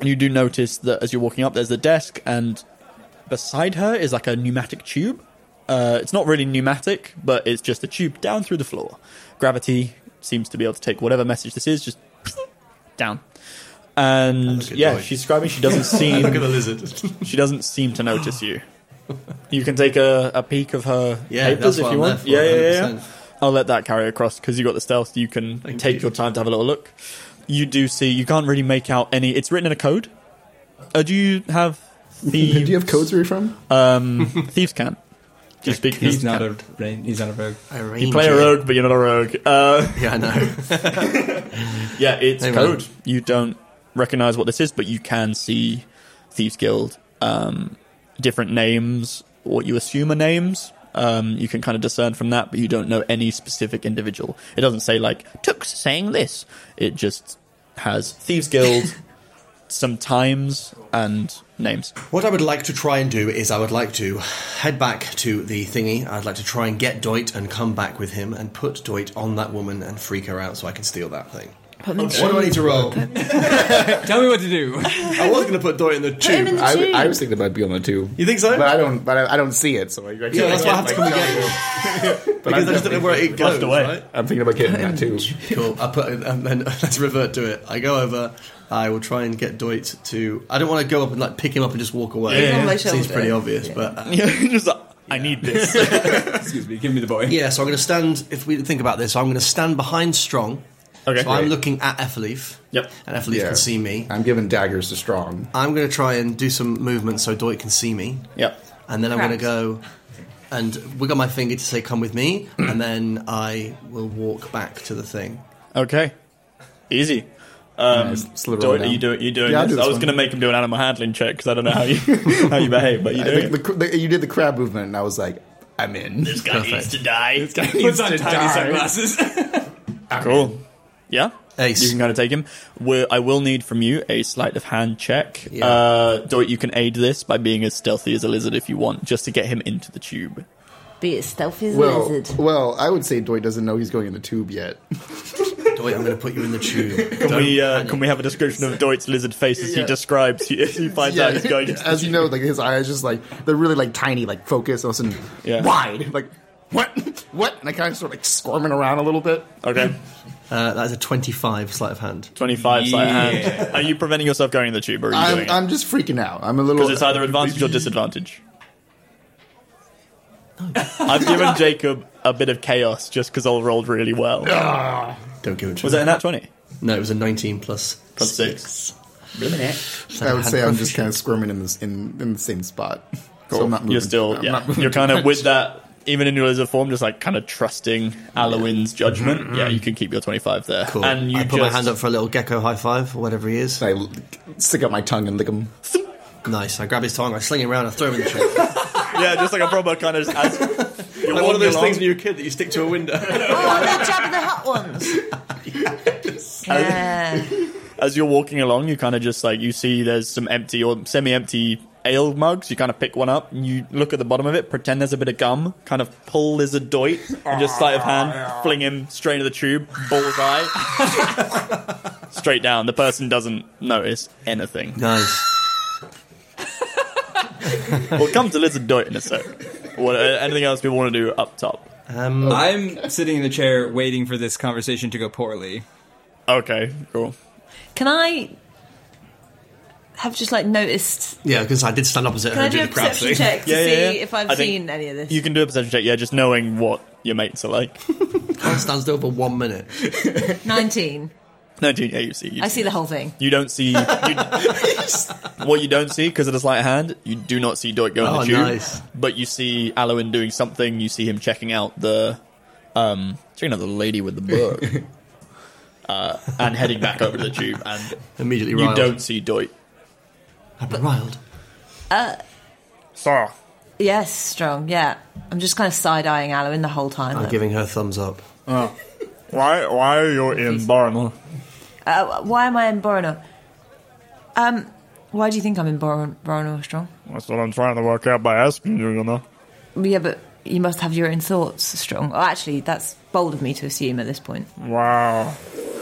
Speaker 1: And you do notice that as you're walking up, there's a desk, and beside her is like a pneumatic tube. Uh, it's not really pneumatic, but it's just a tube down through the floor. Gravity seems to be able to take whatever message this is, just <sniffs> down. And
Speaker 6: at
Speaker 1: yeah,
Speaker 6: Lloyd.
Speaker 1: she's scribing. She
Speaker 6: <laughs>
Speaker 1: doesn't seem
Speaker 6: Look at the lizard.
Speaker 1: she doesn't seem to notice you. You can take a, a peek of her
Speaker 6: Yeah,
Speaker 1: papers
Speaker 6: that's
Speaker 1: if
Speaker 6: what
Speaker 1: you
Speaker 6: I'm
Speaker 1: want.
Speaker 6: there
Speaker 1: Yeah,
Speaker 6: for,
Speaker 1: yeah, yeah,
Speaker 6: 100%.
Speaker 1: yeah. I'll let that carry across because you got the stealth. You can take
Speaker 6: you.
Speaker 1: your time to have a little look. You do see you can't really make out any. It's written in a code. Uh, do you have
Speaker 4: <laughs> Do
Speaker 1: thieves?
Speaker 4: you have codes where you're from?
Speaker 1: um, <laughs> thieves can. Do you speak thieves?
Speaker 5: He's not a. He's not a rogue.
Speaker 1: You play a <laughs> rogue, but you're not a rogue. Uh,
Speaker 6: Yeah, I know.
Speaker 1: yeah, it's
Speaker 6: Hey, man.
Speaker 1: code. You don't recognize what this is, but you can see Thieves Guild, um, different names, what you assume are names. Um, you can kind of discern from that, but you don't know any specific individual. It doesn't say like Tux saying this. It just has Thieves <laughs> Guild, some times, and names. <laughs>
Speaker 6: What I would like to try and do is I would like to head back to the thingy. I'd like to try and get Doit and come back with him and put Doit on that woman and freak her out so I can steal that thing.
Speaker 2: Put me
Speaker 6: What do I need to roll?
Speaker 5: <laughs> Tell me what to do.
Speaker 6: I was going to put Doit in the tube.
Speaker 2: in
Speaker 4: <laughs>
Speaker 2: the
Speaker 4: I,
Speaker 2: tube.
Speaker 4: I was thinking about being on the two.
Speaker 6: You think so?
Speaker 4: But I don't. But I, I don't see it. So I, I can't,
Speaker 6: yeah, that's
Speaker 4: I
Speaker 6: why I have to come
Speaker 4: can't,
Speaker 6: again.
Speaker 4: like, but I'm
Speaker 6: Because I just don't know
Speaker 4: definitely-
Speaker 6: where it goes.
Speaker 1: away.
Speaker 6: Right?
Speaker 4: I'm thinking about getting that too.
Speaker 6: Cool. I put and then <laughs> let's revert to it. I go over. I will try and get Doit to. I don't want to go up and like pick him up and just walk away.
Speaker 2: He's on my
Speaker 6: Seems
Speaker 2: shoulder.
Speaker 6: pretty obvious, but uh,
Speaker 1: Just like, I need this.
Speaker 5: Excuse me. Give me the boy.
Speaker 6: yeah. So I'm going to stand. If we think about this, I'm going to stand behind Strong.
Speaker 1: Okay.
Speaker 6: So I'm looking at Effelif.
Speaker 1: <laughs> Yep.
Speaker 6: And Effelif
Speaker 4: Yeah.
Speaker 6: can see me.
Speaker 4: <laughs> I'm giving daggers to strong.
Speaker 6: I'm going to try and do some movement so Doit can see me.
Speaker 1: Yep.
Speaker 6: And then I'm going to
Speaker 2: Correct.
Speaker 6: go and wiggle my finger to say, "Come with me," and then I will walk back to the thing.
Speaker 1: <laughs> Okay. Easy. Um,
Speaker 4: Nice. Slither
Speaker 1: do
Speaker 4: all
Speaker 1: it-
Speaker 4: down.
Speaker 1: you do it. You doing
Speaker 4: Yeah, I'll
Speaker 1: this?
Speaker 4: do this
Speaker 1: I was
Speaker 4: one.
Speaker 1: going to make him do an animal handling check because I don't know how
Speaker 5: <laughs>
Speaker 1: you how you behave, but you do.
Speaker 4: The,
Speaker 1: it.
Speaker 4: the, cr- the, you did the crab movement, and I was like, I'm in.
Speaker 1: guy needs to die. This guy
Speaker 5: Puts on tiny sunglasses.
Speaker 1: Cool. Yeah.
Speaker 6: Ace.
Speaker 1: You can kind of take him. we I will need from you a sleight of hand check.
Speaker 6: Yeah.
Speaker 1: Uh, Doit, you can aid this by being as stealthy as a lizard if you want, just to get him into the tube.
Speaker 2: Be as stealthy as a
Speaker 4: Well,
Speaker 2: lizard.
Speaker 4: well, I would say Doy doesn't know he's going in the tube yet.
Speaker 6: Doit, I'm going to put
Speaker 1: <laughs>
Speaker 6: you in the tube.
Speaker 1: Can we uh, can we have a description of Doit's lizard face as he
Speaker 4: Yeah.
Speaker 1: describes you, as he finds out he's going into the
Speaker 4: as you know, like his eyes just like they're really like tiny, like focused, all of a sudden
Speaker 1: Yeah.
Speaker 4: wide, like what, <laughs> what, and I kind of sort of like squirming around a little bit.
Speaker 1: <laughs> Okay.
Speaker 6: Uh, that is a 25 sleight of hand.
Speaker 1: 25 sleight of
Speaker 5: Yeah.
Speaker 1: hand. Are you preventing yourself going in the tube or are you doing
Speaker 4: I'm,
Speaker 1: it?
Speaker 4: I'm just freaking out. I'm a little.
Speaker 1: Because it's either advantage or disadvantage. I've given Jacob a bit of chaos just because I rolled really well.
Speaker 6: Don't give it to
Speaker 1: Was
Speaker 6: me.
Speaker 1: it an at 20?
Speaker 6: No, it was a 19 plus,
Speaker 1: Plus six.
Speaker 4: <laughs> I would say I'm just kind of squirming in this in, in the same spot. So I'm not moving.
Speaker 1: You're still,
Speaker 4: I'm
Speaker 1: yeah.
Speaker 4: not moving
Speaker 1: You're
Speaker 4: too
Speaker 1: kind of
Speaker 4: much.
Speaker 1: with that, even in your lizard form, just like kind of trusting Alowin's judgment. Yeah, you can keep your 25 there.
Speaker 6: Mm-hmm. Cool.
Speaker 1: And you
Speaker 6: I put my
Speaker 1: just-
Speaker 6: hand up for a little gecko high five, or whatever he is.
Speaker 4: I l- stick out my tongue and lick him.
Speaker 6: Nice. I grab his tongue, I sling it around, I throw him in the tree.
Speaker 1: Yeah, just like a proper kind of.
Speaker 6: <laughs>
Speaker 1: As, you're
Speaker 6: like one of
Speaker 1: walking
Speaker 6: those
Speaker 1: along.
Speaker 6: things when you're a kid that you stick to a window.
Speaker 2: Oh, the Jabba the Hut
Speaker 4: <laughs>
Speaker 2: ones. Yeah.
Speaker 1: as you're walking along, you kind of just like you see there's some empty or semi-empty ale mugs. You kind of pick one up and you look at the bottom of it, pretend there's a bit of gum, kind of pull lizard doit, and just sleight of hand, fling him straight into the tube,
Speaker 6: <laughs>
Speaker 1: bullseye, straight down. The person doesn't notice anything.
Speaker 6: nice.
Speaker 1: We'll come to lizard doit in a sec. What, uh, anything else we want to do up top?
Speaker 5: <laughs> I'm sitting in the chair waiting for this conversation to go poorly.
Speaker 1: Okay, cool.
Speaker 2: Can I have just like noticed?
Speaker 6: Yeah, because I did stand opposite her
Speaker 2: Can I
Speaker 6: and
Speaker 2: do a
Speaker 6: the crab
Speaker 2: perception
Speaker 6: thing.
Speaker 2: check to
Speaker 1: Yeah, yeah,
Speaker 2: see
Speaker 1: yeah.
Speaker 2: if I've
Speaker 1: I think
Speaker 2: seen any of this?
Speaker 1: You can do a perception check, yeah, just knowing what your mates are like.
Speaker 6: I <laughs> stand still for one minute.
Speaker 2: Nineteen.
Speaker 1: 19, yeah, you see. You
Speaker 2: I see the whole thing.
Speaker 1: You don't see you, what you don't see because of the slight hand. You do not see Doit go in
Speaker 6: Oh,
Speaker 1: the tube,
Speaker 6: nice.
Speaker 1: but you see Alowin doing something. You see him checking out the um, checking out the lady with the
Speaker 6: <laughs>
Speaker 1: book, uh, and heading back over to the tube. And
Speaker 6: Immediately
Speaker 1: you
Speaker 6: riled.
Speaker 1: don't see Doit.
Speaker 6: I've been riled.
Speaker 3: Sir,
Speaker 2: Yes, strong. Yeah, I'm just kind of side eyeing Alowin the whole time.
Speaker 6: I'm giving her thumbs up.
Speaker 3: why why are you in Burma?
Speaker 2: Uh, why am I in Borno? Um, why do you think I'm in Borno, Borno strong?
Speaker 3: That's what I'm trying to work out by asking you, you know.
Speaker 2: Yeah, but you must have your own thoughts, strong. Oh, actually, that's bold of me to assume at this point.
Speaker 3: Wow.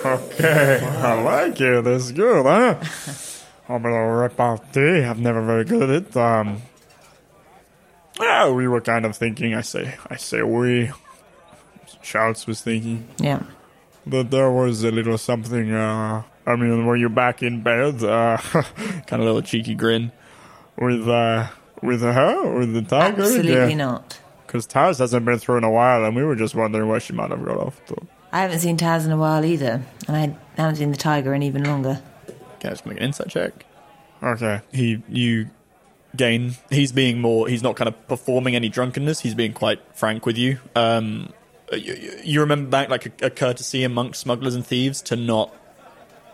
Speaker 3: Okay, I like it. That's good, huh? I'm gonna rip out tea. I'm never very good at it. Um. Yeah, we were kind of thinking. I say, I say we. Charles was thinking
Speaker 2: Yeah.
Speaker 3: that there was a little something. Uh, I mean, were you back in bed? Uh, <laughs>
Speaker 1: Kind of little cheeky grin.
Speaker 3: with uh, with her, with the tiger?
Speaker 2: Absolutely not.
Speaker 3: Because Taz hasn't been through in a while, and we were just wondering what she might have got off to.
Speaker 2: I haven't seen Taz in a while either, and I haven't seen the tiger in even longer.
Speaker 1: Okay, let's make an insight check.
Speaker 3: Okay.
Speaker 1: He you gain. He's being more. He's not kind of performing any drunkenness. He's being quite frank with you. Um, you, you- you remember back like a, a courtesy amongst smugglers and thieves to not,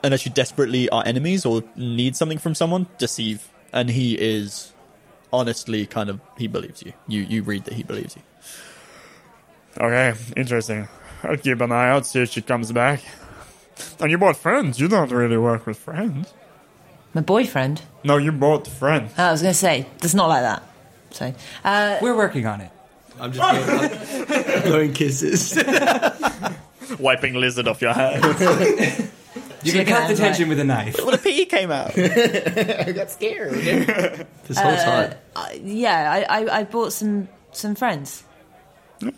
Speaker 1: unless you desperately are enemies or need something from someone, deceive. And he is honestly kind of he believes you. You you read that he believes you.
Speaker 3: Okay, interesting. I'll keep an eye out, see if she comes back. And you bought friends. You don't really work with friends.
Speaker 2: My boyfriend. Oh,
Speaker 3: No, you bought friends. <laughs>
Speaker 2: I was going to say, that's not like that. So, uh,
Speaker 5: We're working on it.
Speaker 6: I'm just blowing, I'm blowing kisses.
Speaker 1: Wiping lizard off your hand.
Speaker 5: You can
Speaker 2: Chicken
Speaker 5: cut the
Speaker 2: and right.
Speaker 5: tension with a knife.
Speaker 1: what a pee E came out.
Speaker 6: This whole time.
Speaker 2: I- yeah, I, I, I bought some some friends.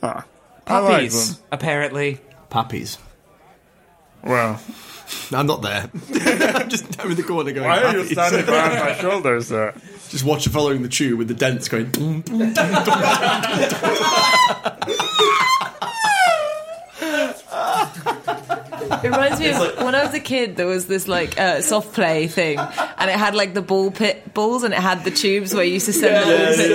Speaker 3: Ah, I like
Speaker 5: Puppies,
Speaker 3: them.
Speaker 5: apparently.
Speaker 6: Puppies.
Speaker 3: Well,
Speaker 6: I'm not there. <laughs> I'm just I'm in the corner going.
Speaker 3: why are you
Speaker 6: "Puppies."
Speaker 3: standing behind <laughs> my shoulders there?
Speaker 6: Just watch her following the tube with the dents going. "Dum, dum."
Speaker 2: It
Speaker 6: <laughs>
Speaker 2: reminds me of when I was a kid. There was this like uh, soft play thing, and it had like the ball pit balls, and it had the tubes where you used to send the ball pit.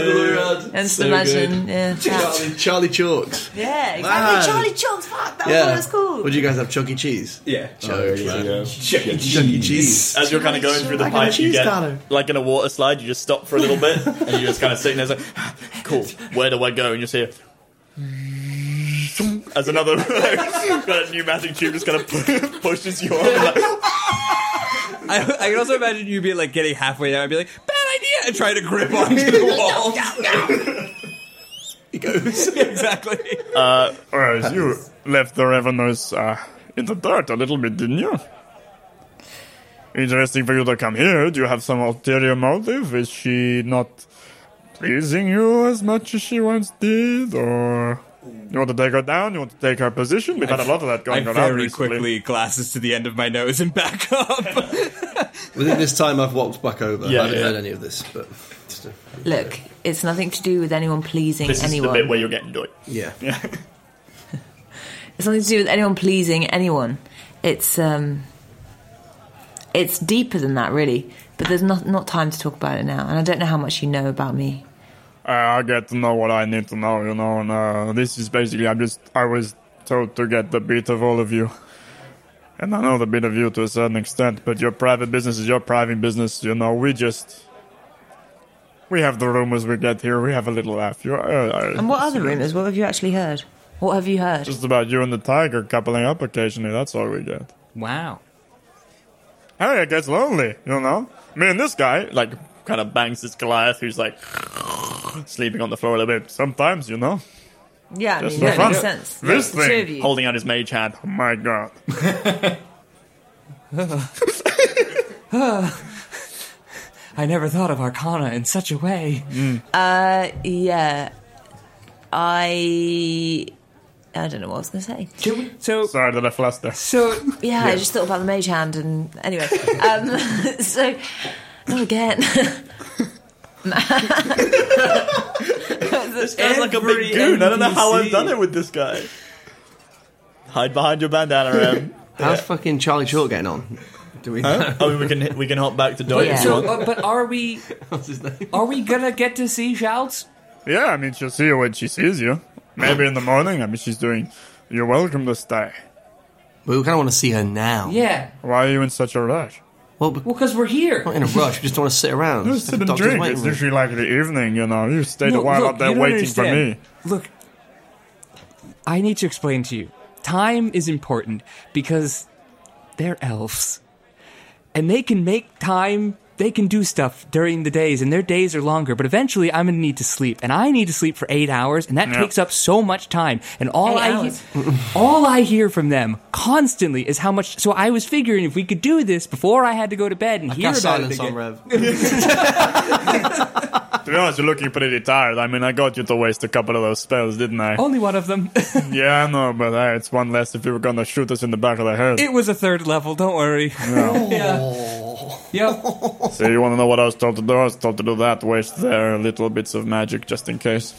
Speaker 2: And just
Speaker 6: So
Speaker 2: imagine,
Speaker 6: good.
Speaker 2: yeah, that.
Speaker 6: Charlie, Charlie Chalks.
Speaker 2: yeah, exactly.
Speaker 6: Man.
Speaker 2: Charlie Chalks, fuck, that
Speaker 6: Yeah.
Speaker 2: was
Speaker 6: Would
Speaker 2: what it was called.
Speaker 6: you guys have Chuck E. Cheese?
Speaker 5: Oh, Yeah.
Speaker 6: Chuck E. Cheese.
Speaker 1: As you're kind of going through the
Speaker 6: Mac and
Speaker 1: pipe, you
Speaker 6: cheese
Speaker 1: get
Speaker 6: platter.
Speaker 1: like in a water slide. You just stop for a little bit, and you're just kind of sitting there, it's like, <sighs> "Cool, where do I go?" And you see it as another <laughs> like, a pneumatic tube just kind of pu- <laughs> pushes you on. Like,
Speaker 5: I, I can also imagine you be like getting halfway down and be like, bad idea, and try to grip onto the wall. <laughs>
Speaker 6: He goes.
Speaker 5: exactly.
Speaker 3: Whereas you left the revenues uh, in the dirt a little bit, didn't you? Interesting for you to come here. Do you have some ulterior motive? Is she not pleasing you as much as she once did, or you want to take her down? You want to take her position? We've had a lot of that
Speaker 5: I
Speaker 3: going around
Speaker 5: very
Speaker 3: recently.
Speaker 5: quickly glasses to the end of my nose and back up. <laughs>
Speaker 6: Within this time, I've walked back over.
Speaker 1: Yeah,
Speaker 6: I haven't
Speaker 1: yeah.
Speaker 6: heard any of this, but just a,
Speaker 2: Look, it's nothing to do with anyone pleasing
Speaker 1: this is the
Speaker 2: anyone.
Speaker 1: bit where you're getting doit.
Speaker 6: yeah.
Speaker 2: It's nothing to do with anyone pleasing anyone. It's um, it's deeper than that, really. But there's not not time to talk about it now, and I don't know how much you know about me.
Speaker 3: Uh, I get to know what I need to know, you know, and uh, this is basically, I'm just, I was told to get the beat of all of you. And I know the beat of you to a certain extent, but your private business is your private business, you know, we just, we have the rumors we get here, we have a little laugh. You're, uh,
Speaker 2: And what other rumours? What have you actually heard? What have you heard?
Speaker 3: Just about you and the tiger coupling up occasionally, that's all we get.
Speaker 5: Wow.
Speaker 3: Hey, it gets lonely, you know? Me and this guy, like, kind of bangs his Goliath,
Speaker 1: <sighs>
Speaker 3: who's like, sleeping on the floor a little bit. Sometimes, you know?
Speaker 2: Yeah, I
Speaker 3: Just
Speaker 2: mean, that
Speaker 3: for fun.
Speaker 2: makes sense.
Speaker 3: This
Speaker 2: The two
Speaker 3: thing,
Speaker 2: of you.
Speaker 1: Holding out his mage hand.
Speaker 3: Oh my god.
Speaker 5: I never thought of Arcana in such a way.
Speaker 2: Uh, yeah, I I don't know what I was going to say.
Speaker 5: So,
Speaker 3: Sorry that I fluster.
Speaker 5: so
Speaker 2: Yeah, I just thought about the mage hand, and
Speaker 3: <laughs>
Speaker 2: anyway, um, <laughs> so not again.
Speaker 1: That's like a big goon. I don't know how I've done it with this guy. Hide behind your bandana, Em.
Speaker 6: How's fucking Charlie Short getting on? Do we know?
Speaker 1: I mean, we can we can hop back to Doyle if you
Speaker 5: so
Speaker 1: want.
Speaker 5: uh, but are
Speaker 3: <laughs>
Speaker 5: we
Speaker 6: What's his name?
Speaker 5: are we gonna get to see shouts?
Speaker 3: Yeah, I mean, she'll see you when she sees you. Maybe in the morning. I mean, she's doing. You're welcome to stay.
Speaker 6: We kind of want to see her now.
Speaker 5: Yeah.
Speaker 3: Why are you in such a rush?
Speaker 6: Well, but we're
Speaker 5: Well, because we're here.
Speaker 6: not in a rush. We just don't want to sit around.
Speaker 3: You
Speaker 6: Just
Speaker 3: sit
Speaker 6: have the
Speaker 3: and
Speaker 6: doctor's
Speaker 3: drink.
Speaker 6: waiting
Speaker 3: It's
Speaker 6: room.
Speaker 3: usually like the evening, you know. You stayed a
Speaker 5: No,
Speaker 3: while
Speaker 5: look,
Speaker 3: up
Speaker 5: you
Speaker 3: there
Speaker 5: don't
Speaker 3: waiting
Speaker 5: understand.
Speaker 3: for me.
Speaker 5: Look, I need to explain to you. Time is important because they're elves. And they can make time, they can do stuff during the days, and their days are longer. But eventually, I'm going to need to sleep. And I need to sleep for eight hours, and that
Speaker 3: Yeah.
Speaker 5: takes up so much time. And all
Speaker 2: Eight
Speaker 5: I,
Speaker 2: hours.
Speaker 5: all I hear from them constantly is how much. So I was figuring if we could do this before I had to go to bed and hear
Speaker 6: Got
Speaker 5: about
Speaker 6: silence
Speaker 5: it again.
Speaker 6: on Rev.
Speaker 3: To be honest, you're looking pretty tired. I mean, I got you to waste a couple of those spells, didn't I?
Speaker 5: Only one of them. <laughs>
Speaker 3: Yeah, I know, but hey, it's one less if you were gonna shoot us in the back of the head.
Speaker 5: It was a third level, don't worry.
Speaker 6: <laughs>
Speaker 5: <laughs> yeah. Yep.
Speaker 3: so you wanna know what I was told to do? I was told to do that. Waste their little bits of magic just in case.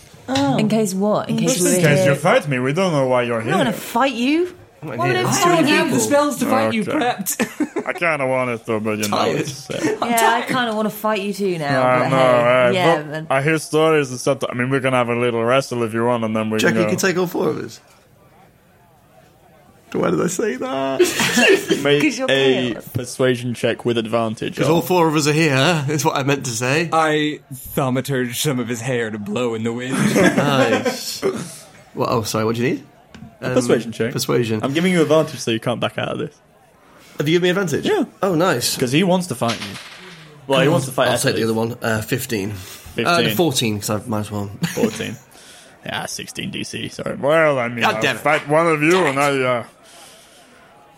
Speaker 2: In case what? In case
Speaker 3: Just
Speaker 2: you
Speaker 3: Oh. in
Speaker 2: were
Speaker 3: case
Speaker 2: here.
Speaker 3: you fight me, we don't know why you're
Speaker 2: I'm not going
Speaker 3: here.
Speaker 2: to fight you.
Speaker 6: I'm
Speaker 2: Why would I
Speaker 6: here.
Speaker 2: fight
Speaker 5: I don't have the
Speaker 6: People.
Speaker 5: spells to fight you
Speaker 3: Okay.
Speaker 5: prepped.
Speaker 3: I kinda wanted to, but you know.
Speaker 6: Tired.
Speaker 3: It's, uh,
Speaker 2: Yeah, I kind of want to fight you too now.
Speaker 3: I
Speaker 2: but
Speaker 3: know,
Speaker 2: hey,
Speaker 3: right?
Speaker 2: yeah,
Speaker 3: But
Speaker 2: but-
Speaker 3: I hear stories and stuff. I mean, we can have a little wrestle if you want, and then
Speaker 6: <laughs>
Speaker 3: we
Speaker 6: Jack,
Speaker 3: can
Speaker 6: you
Speaker 3: go.
Speaker 6: can take all four of us. Why did I say that? <laughs> Because
Speaker 1: Make
Speaker 2: 'Cause you're
Speaker 1: a
Speaker 2: chaos.
Speaker 1: persuasion check with advantage.
Speaker 6: all four of us are here. Is what I meant to say.
Speaker 5: I thaumaturged some of his hair to blow in the wind.
Speaker 6: <laughs> Nice. <laughs> well, oh, sorry. What do you need?
Speaker 1: A Oh, persuasion check.
Speaker 6: Persuasion.
Speaker 1: I'm giving you advantage so you can't back out of this
Speaker 6: Have you given me advantage?
Speaker 1: Yeah.
Speaker 6: Oh, nice.
Speaker 1: because he wants to fight you. Well, he wants to fight.
Speaker 6: I'll take
Speaker 1: Ashley.
Speaker 6: the other one. Uh, Fifteen.
Speaker 1: 15,
Speaker 6: Uh, Fourteen, because I might as <laughs> well.
Speaker 1: 14. Yeah, 16 DC. Sorry.
Speaker 3: Well, I mean,
Speaker 6: God
Speaker 3: I'll
Speaker 6: damn it.
Speaker 3: fight one of you, and I. Uh,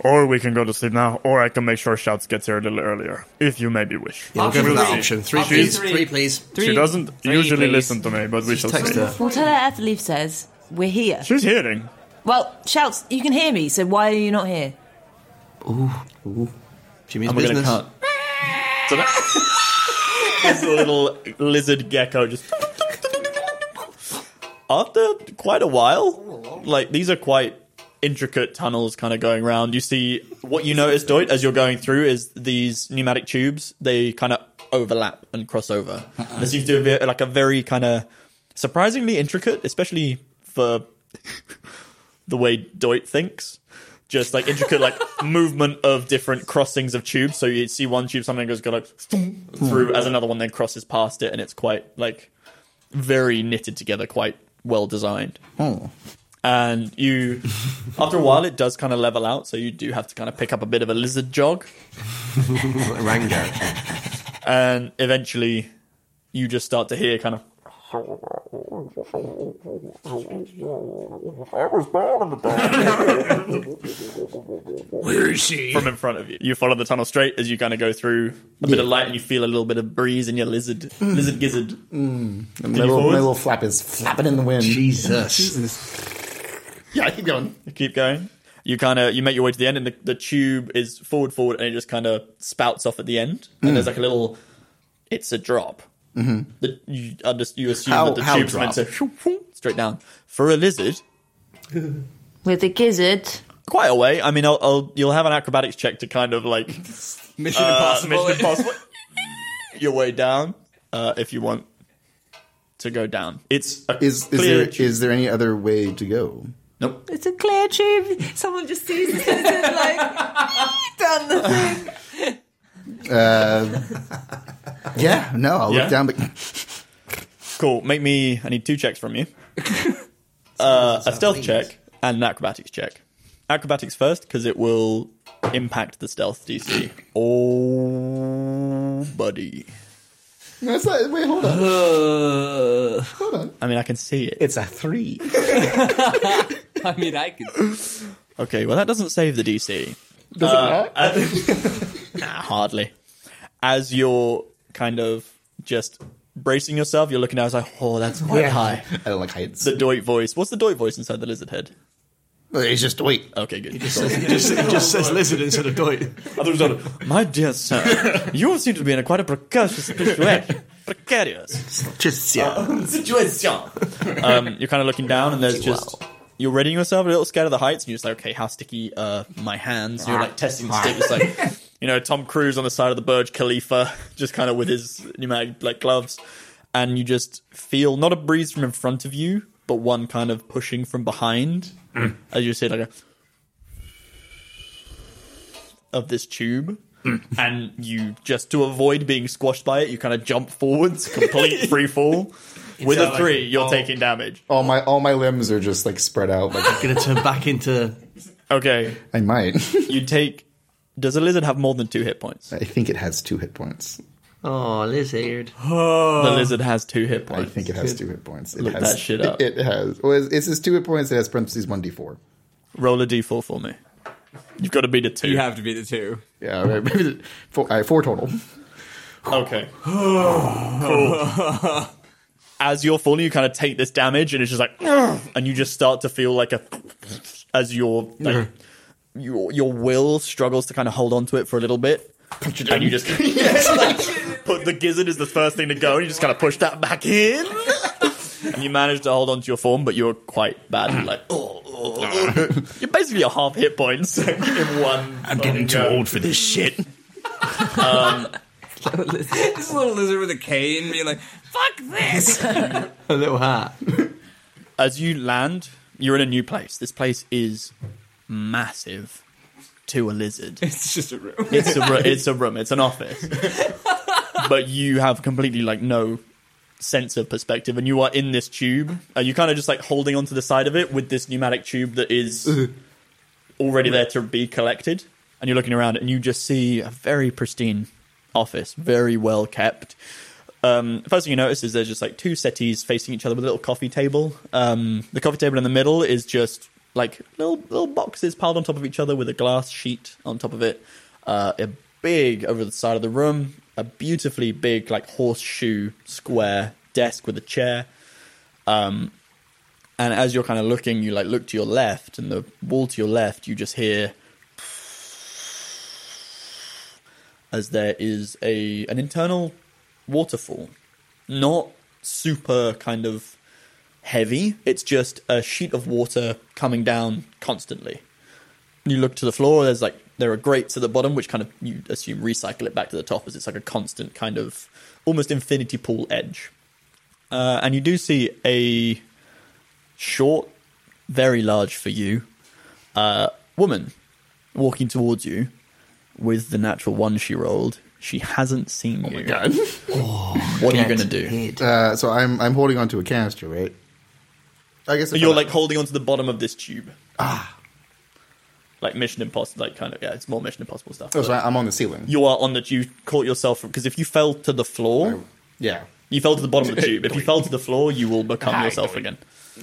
Speaker 3: or we can go to sleep now, or I can make sure Shouts gets here a little earlier, if you maybe wish.
Speaker 6: Yeah, we'll go
Speaker 5: Option
Speaker 6: for that
Speaker 5: three.
Speaker 6: option. Three,
Speaker 5: Option
Speaker 6: please.
Speaker 5: three.
Speaker 6: Three, please.
Speaker 5: Three-
Speaker 3: she doesn't
Speaker 5: three,
Speaker 3: usually
Speaker 5: please.
Speaker 3: listen to me, but we shall
Speaker 6: Text
Speaker 3: see.
Speaker 6: her.
Speaker 2: well, tell her Ethelleaf says we're here.
Speaker 3: She's hearing.
Speaker 2: Well, shouts, you can hear me, so why are you not here?
Speaker 6: She means
Speaker 1: And we're going to
Speaker 6: business.
Speaker 1: cut. So that- this little lizard gecko just. After quite a while, like these are quite intricate tunnels kind of going round. You see what you notice, Doit, as you're going through is these pneumatic tubes, they kind of overlap and cross over.
Speaker 6: Uh-uh.
Speaker 1: There seems to be like a very kind of surprisingly intricate, especially for the way Doit thinks. Just like intricate, like movement of different crossings of tubes. So you see one tube, something goes go like through as another one then crosses past it, and it's quite like very knitted together, quite well designed. And you, after a while, it does kind of level out. So you do have to kind of pick up a bit of a lizard jog,
Speaker 6: Rango.
Speaker 1: and eventually, you just start to hear kind of
Speaker 7: Where is she?
Speaker 1: from in front of you. You follow the tunnel straight as you kind of go through a bit of light, and you feel a little bit of breeze in your lizard lizard gizzard.
Speaker 4: My little,
Speaker 1: forward?
Speaker 4: my little flap is flapping in the wind.
Speaker 6: Jesus.
Speaker 4: Yeah, I keep going.
Speaker 1: Keep going. You kind of you make your way to the end, and the, the tube is forward, forward, and it just kind of spouts off at the end. And there's like a little. It's a drop. Mm-hmm. The, you, under, you assume
Speaker 4: How-
Speaker 1: that the <laughs>
Speaker 4: how
Speaker 1: tube's meant to straight down. For a lizard,
Speaker 2: With the gizzard.
Speaker 1: Quite a way. I mean, I'll, I'll you'll have an acrobatics check to kind of like
Speaker 5: <laughs> Mission
Speaker 1: uh,
Speaker 5: Impossible.
Speaker 1: Mission
Speaker 5: <laughs>
Speaker 1: Impossible. your way down uh, if you want to go down. It's uh, a
Speaker 4: Is is
Speaker 1: clear
Speaker 4: there is there any other way to go?
Speaker 1: nope.
Speaker 2: It's a clear tube. Someone just sees the gizzard, like, done the thing.
Speaker 4: Yeah, no, I'll
Speaker 1: Yeah.
Speaker 4: look down. But <laughs>
Speaker 1: Cool. Make me. I need two checks from you. uh, a stealth check and an acrobatics check. Acrobatics first because it will impact the stealth DC. Oh, buddy.
Speaker 4: no, it's not, wait, hold on.
Speaker 5: Uh,
Speaker 1: I mean, I can see it.
Speaker 6: It's a three.
Speaker 5: I mean, I could.
Speaker 1: Okay, well, that doesn't save the DC.
Speaker 4: Does it not?
Speaker 1: <laughs> Nah, hardly. As you're kind of just bracing yourself, you're looking out, it's like, oh, that's quite high.
Speaker 4: I don't like heights.
Speaker 1: The Doit voice. What's the Doit voice inside the lizard head?
Speaker 4: it's just wait. oh,
Speaker 1: Okay, good.
Speaker 8: just, it just says lizard instead of doit.
Speaker 1: My dear
Speaker 6: <laughs>
Speaker 1: sir, you seem to be in a quite a precarious situation. Precarious
Speaker 8: Just yeah.
Speaker 1: situation. Um, you're kind of looking down, and there's just you're readying yourself a little scared of the heights, and you're just like, okay, how sticky are my hands? You're like testing the stick. It's like you know Tom Cruise on the side of the Burj Khalifa, <laughs> just kind of with his pneumatic like gloves, and you just feel not a breeze from in front of you, but one kind of pushing from behind, as you say like a of this tube. and you just to avoid being squashed by it, you kind of jump forwards, complete free fall. With a
Speaker 8: like-
Speaker 1: three, you're
Speaker 8: oh.
Speaker 1: taking damage.
Speaker 4: All my all my limbs are just like spread out. Like
Speaker 8: Gonna turn back into
Speaker 1: Okay,
Speaker 4: I might. <laughs>
Speaker 1: you take. Does a lizard have more than two hit points?
Speaker 4: I think it has two hit points.
Speaker 8: oh lizard.
Speaker 1: the lizard has two hit
Speaker 4: Oh. I
Speaker 1: points.
Speaker 4: think it has two hit points. It
Speaker 1: Look
Speaker 4: has,
Speaker 1: that shit up.
Speaker 4: <laughs> It, it has. Well, it's, it's just two hit points. It has parentheses one d four.
Speaker 1: Roll a d4 for me. You've got to beat a two.
Speaker 5: You have to be the two.
Speaker 4: Yeah, okay, <laughs> maybe the- four, all right, four total.
Speaker 1: Okay. cool. As you're falling, you kind of take this damage, and it's just like, <sighs> and you just start to feel like a, as your like,
Speaker 8: Mm-hmm.
Speaker 1: your your will struggles to kind of hold on to it for a little bit, and you just <laughs> put the gizzard is the first thing to go, and you just kind of push that
Speaker 8: <laughs>
Speaker 1: back in, and you manage to hold on to your form, but you're quite bad,
Speaker 8: <clears throat>
Speaker 1: like. <laughs> oh, oh, oh. You're basically a half
Speaker 8: <laughs>
Speaker 1: hit points in one. I'm
Speaker 8: Getting too old for this shit.
Speaker 5: This little lizard with a cane being like, fuck this!
Speaker 8: A little hat.
Speaker 1: as you land, you're in a new place. This place is massive to a lizard.
Speaker 5: it's just a room.
Speaker 1: It's a ru- it's a room. It's an office. but you have completely like no sense of perspective, and you are in this tube. Uh, you're kind of just like holding onto the side of it with this pneumatic tube that is already there to be collected. And you're looking around, and you just see a very pristine office, very well kept. Um, first thing you notice is there's just like two settees facing each other with a little coffee table. Um, the coffee table in the middle is just like little little boxes piled on top of each other with a glass sheet on top of it. Uh, a big over the side of the room, a beautifully big like horseshoe square desk with a chair. Um, and as you're kind of looking, you like look to your left, and the wall to your left, you just hear as there is a an internal waterfall, not super kind of heavy. It's just a sheet of water coming down constantly. You look to the floor. There's like there are grates at the bottom, which kind of you assume recycle it back to the top, as it's like a constant kind of almost infinity pool edge. Uh, and you do see a short, very large for you, uh, woman walking towards you with the natural one she rolled. She hasn't seen you.
Speaker 4: God.
Speaker 1: What are you going to do?
Speaker 4: Uh, so I'm I'm holding onto a canister, right? I guess if
Speaker 1: You're
Speaker 4: I'm-
Speaker 1: like holding onto the bottom of this tube. Ah. Like Mission Impossible, like kind of yeah, it's more Mission Impossible stuff.
Speaker 4: Oh, so I- I'm on the ceiling.
Speaker 1: you are on the you caught yourself because if you fell to the floor,
Speaker 4: Yeah.
Speaker 1: you fell to the bottom of the tube.
Speaker 4: <laughs>
Speaker 1: If you fell to the floor, you will become yourself again.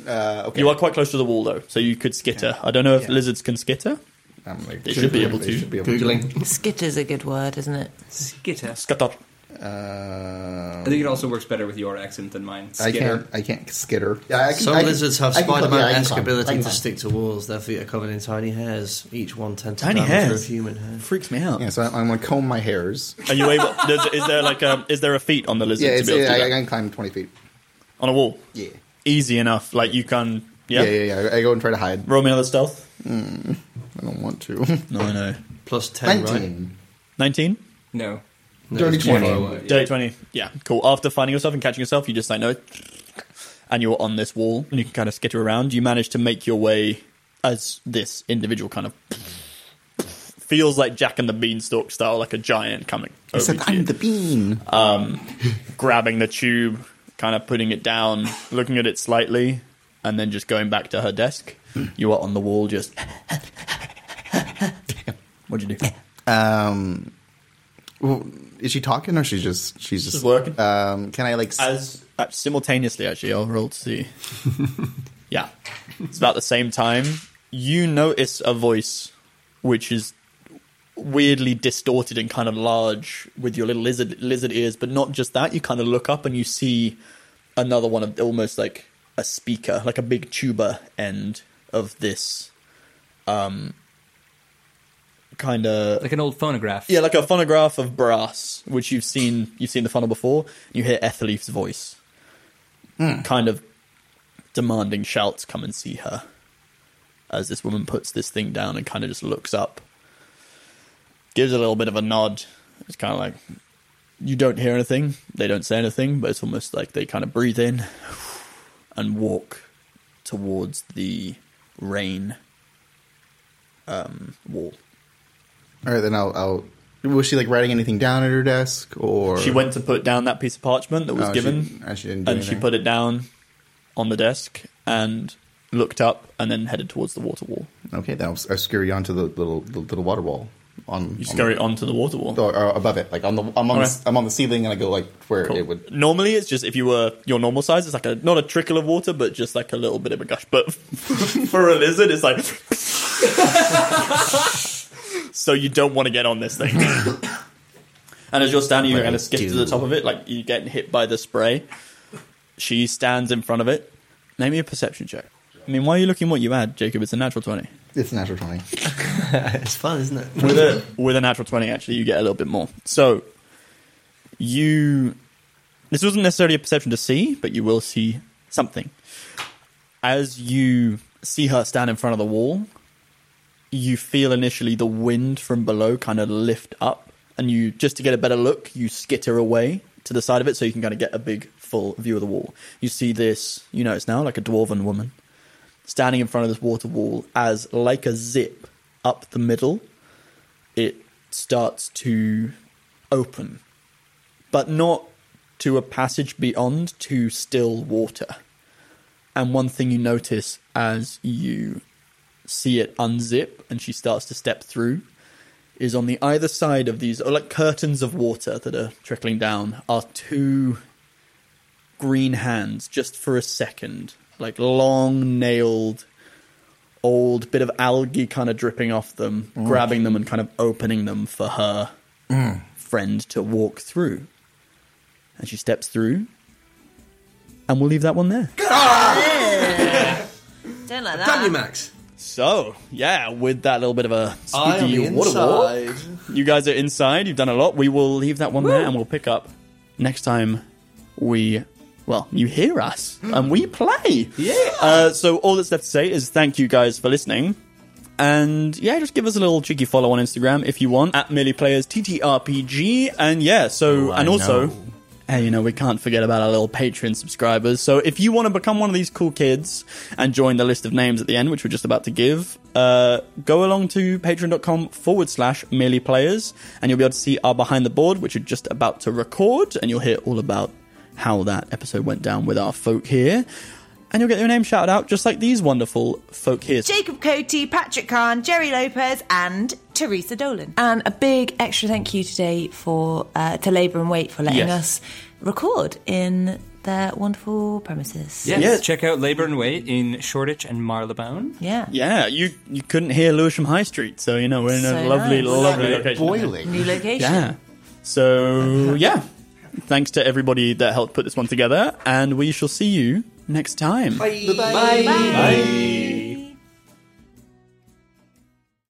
Speaker 4: Uh, okay.
Speaker 1: You are quite close to the wall though, so you could skitter. I don't know if lizards can skitter.
Speaker 4: I'm like,
Speaker 1: They should be able to.
Speaker 4: should be able to.
Speaker 8: Googling.
Speaker 2: <laughs> Skitter's a good word, isn't it?
Speaker 5: Skitter.
Speaker 1: Skitter.
Speaker 4: Uh,
Speaker 5: I think it also works better with your accent than mine.
Speaker 4: I
Speaker 5: Skitter.
Speaker 4: can't. I can't skitter. Yeah, I can,
Speaker 8: Some
Speaker 4: I can-
Speaker 8: lizards have
Speaker 4: I can- yeah, I
Speaker 8: Spider-Man-esque
Speaker 4: can
Speaker 8: ability
Speaker 4: climb. I
Speaker 8: to
Speaker 4: can
Speaker 8: stick to walls. Their feet are covered in tiny hairs. Each one ten
Speaker 1: Tiny
Speaker 8: diameter
Speaker 1: hairs?
Speaker 8: of human hair.
Speaker 1: Freaks me out.
Speaker 4: climb. Yeah, so I'm, I'm gonna comb my hairs.
Speaker 1: Are you able? Does, is there like a is there a feat on the lizard
Speaker 4: Yeah,
Speaker 1: to
Speaker 4: it's,
Speaker 1: be able
Speaker 4: yeah
Speaker 1: to do
Speaker 4: I, I
Speaker 1: that?
Speaker 4: can climb 20 feet.
Speaker 1: on a wall?
Speaker 4: Yeah.
Speaker 1: Easy enough. Like you can Yeah?
Speaker 4: yeah, yeah, yeah. I go and try to hide.
Speaker 1: Roll me another stealth.
Speaker 4: I don't want <laughs> to.
Speaker 1: No, I know.
Speaker 6: Plus 10, right?
Speaker 4: Nineteen.
Speaker 1: 19?
Speaker 5: No.
Speaker 4: Dirty twenty.
Speaker 1: Dirty 20. Yeah, cool. After finding yourself and catching yourself, you just like, no. And you're on this wall, and you can kind of skitter around. You manage to make your way as this individual kind of feels like Jack and the Beanstalk style, like a giant coming over
Speaker 4: Except
Speaker 1: to you.
Speaker 4: I'm the bean.
Speaker 1: Uh, grabbing the tube, kind of putting it down, looking at it slightly, and then just going back to her desk. You are on the wall,
Speaker 4: <laughs>
Speaker 1: just. What'd you do?
Speaker 4: Um, well, is she talking or she's just she's just
Speaker 1: She's working.
Speaker 4: Um, can I like? s-
Speaker 1: As uh, simultaneously, actually, I'll roll to see. yeah, it's about the same time. You notice a voice, which is weirdly distorted and kind of large with your little lizard lizard ears. But not just that. You kind of look up and you see another one of almost like a speaker, like a big tuba end of this, um, kind of
Speaker 5: Like an old phonograph.
Speaker 1: yeah, like a phonograph of brass, which you've seen you've seen the funnel before. You hear Ethelie's voice, kind of demanding shouts, "Come and see her!" As this woman puts this thing down and kind of just looks up, gives a little bit of a nod. It's kind of like you don't hear anything; they don't say anything, but it's almost like they kind of breathe in <sighs> and walk towards the rain um, wall.
Speaker 4: All right, then I'll, I'll. Was she like writing anything down at her desk or?
Speaker 1: She went to put down that piece of parchment that was
Speaker 4: Oh, she-
Speaker 1: given,
Speaker 4: and she didn't do
Speaker 1: and she
Speaker 4: anything.
Speaker 1: put it down on the desk and looked up, and then headed towards the water wall.
Speaker 4: Okay, then I'll, I'll scurry onto the little the little water wall. On
Speaker 1: You scurry onto the water wall.
Speaker 4: on, or, or above it, like on the I'm on,
Speaker 1: Okay.
Speaker 4: the, I'm on the ceiling, and I go like where
Speaker 1: Cool.
Speaker 4: it would.
Speaker 1: Normally, it's just if you were your normal size, it's like a not a trickle of water, but just like a little bit of a gush. But <laughs> for a lizard, it's like. <laughs> so you don't want to get on this thing. <coughs> and as you're standing, you
Speaker 4: But
Speaker 1: kind
Speaker 4: I
Speaker 1: of skip to
Speaker 4: do.
Speaker 1: the top of it, like you're getting hit by the spray. She stands in front of it. Make me a perception check. I mean, why are you looking what you had, Jacob? It's a natural twenty.
Speaker 4: It's an natural twenty.
Speaker 6: It's fun, isn't it?
Speaker 1: With a with a natural twenty, actually, you get a little bit more. So you this wasn't necessarily a perception to see, but you will see something. As you see her stand in front of the wall, you feel initially the wind from below kind of lift up, and you just to get a better look, you skitter away to the side of it so you can kind of get a big full view of the wall. You see this, you notice now, like a dwarven woman standing in front of this water wall as, like a zip up the middle, it starts to open but not to a passage beyond to still water. And one thing you notice as you see it unzip and she starts to step through is on the either side of these, or like curtains of water that are trickling down, are two green hands just for a second, like long nailed, old bit of algae kind of dripping off them,
Speaker 6: Oh.
Speaker 1: grabbing them and kind of opening them for her
Speaker 6: Mm.
Speaker 1: friend to walk through. And she steps through. And we'll leave that one there.
Speaker 2: Don't like that.
Speaker 6: Damn you, Max.
Speaker 1: So, yeah, with that little bit of a
Speaker 6: I am
Speaker 1: spooky water walk, you guys are inside. You've done a lot. We will leave that one there and we'll pick up next time we, well, you hear us and we play. Yeah. Uh, so, all that's left to say is thank you guys for listening. And yeah, just give us a little cheeky follow on Instagram if you want at Merely Players TTRPG. And yeah, so, and also, hey, you know, we can't forget about our little Patreon subscribers. So if you want to become one of these cool kids and join the list of names at the end, which we're just about to give, uh, go along to patreon.com forward slash merely players and you'll be able to see our behind the board, which are just about to record. And you'll hear all about how that episode went down with our folk here. And you'll get your name shouted out just like these wonderful folk here.
Speaker 2: Jacob Coty, Patrick Kahn, Jerry Lopez, and Teresa Dolan. And a big extra thank you today for uh, to Labour and Wait for letting
Speaker 1: Yes.
Speaker 2: us record in their wonderful premises.
Speaker 5: Yes.
Speaker 1: Yeah.
Speaker 5: Check out Labor and Wait in Shoreditch and Marylebone.
Speaker 2: Yeah.
Speaker 1: Yeah, you you couldn't hear Lewisham High Street, so you know we're in a
Speaker 2: So
Speaker 1: lovely,
Speaker 2: nice.
Speaker 1: lovely
Speaker 4: They're
Speaker 1: location.
Speaker 4: boiling.
Speaker 2: New location.
Speaker 1: Yeah.
Speaker 2: Uh-huh.
Speaker 1: So yeah, thanks to everybody that helped put this one together, and we shall see you next time.
Speaker 6: Bye.
Speaker 1: Bye.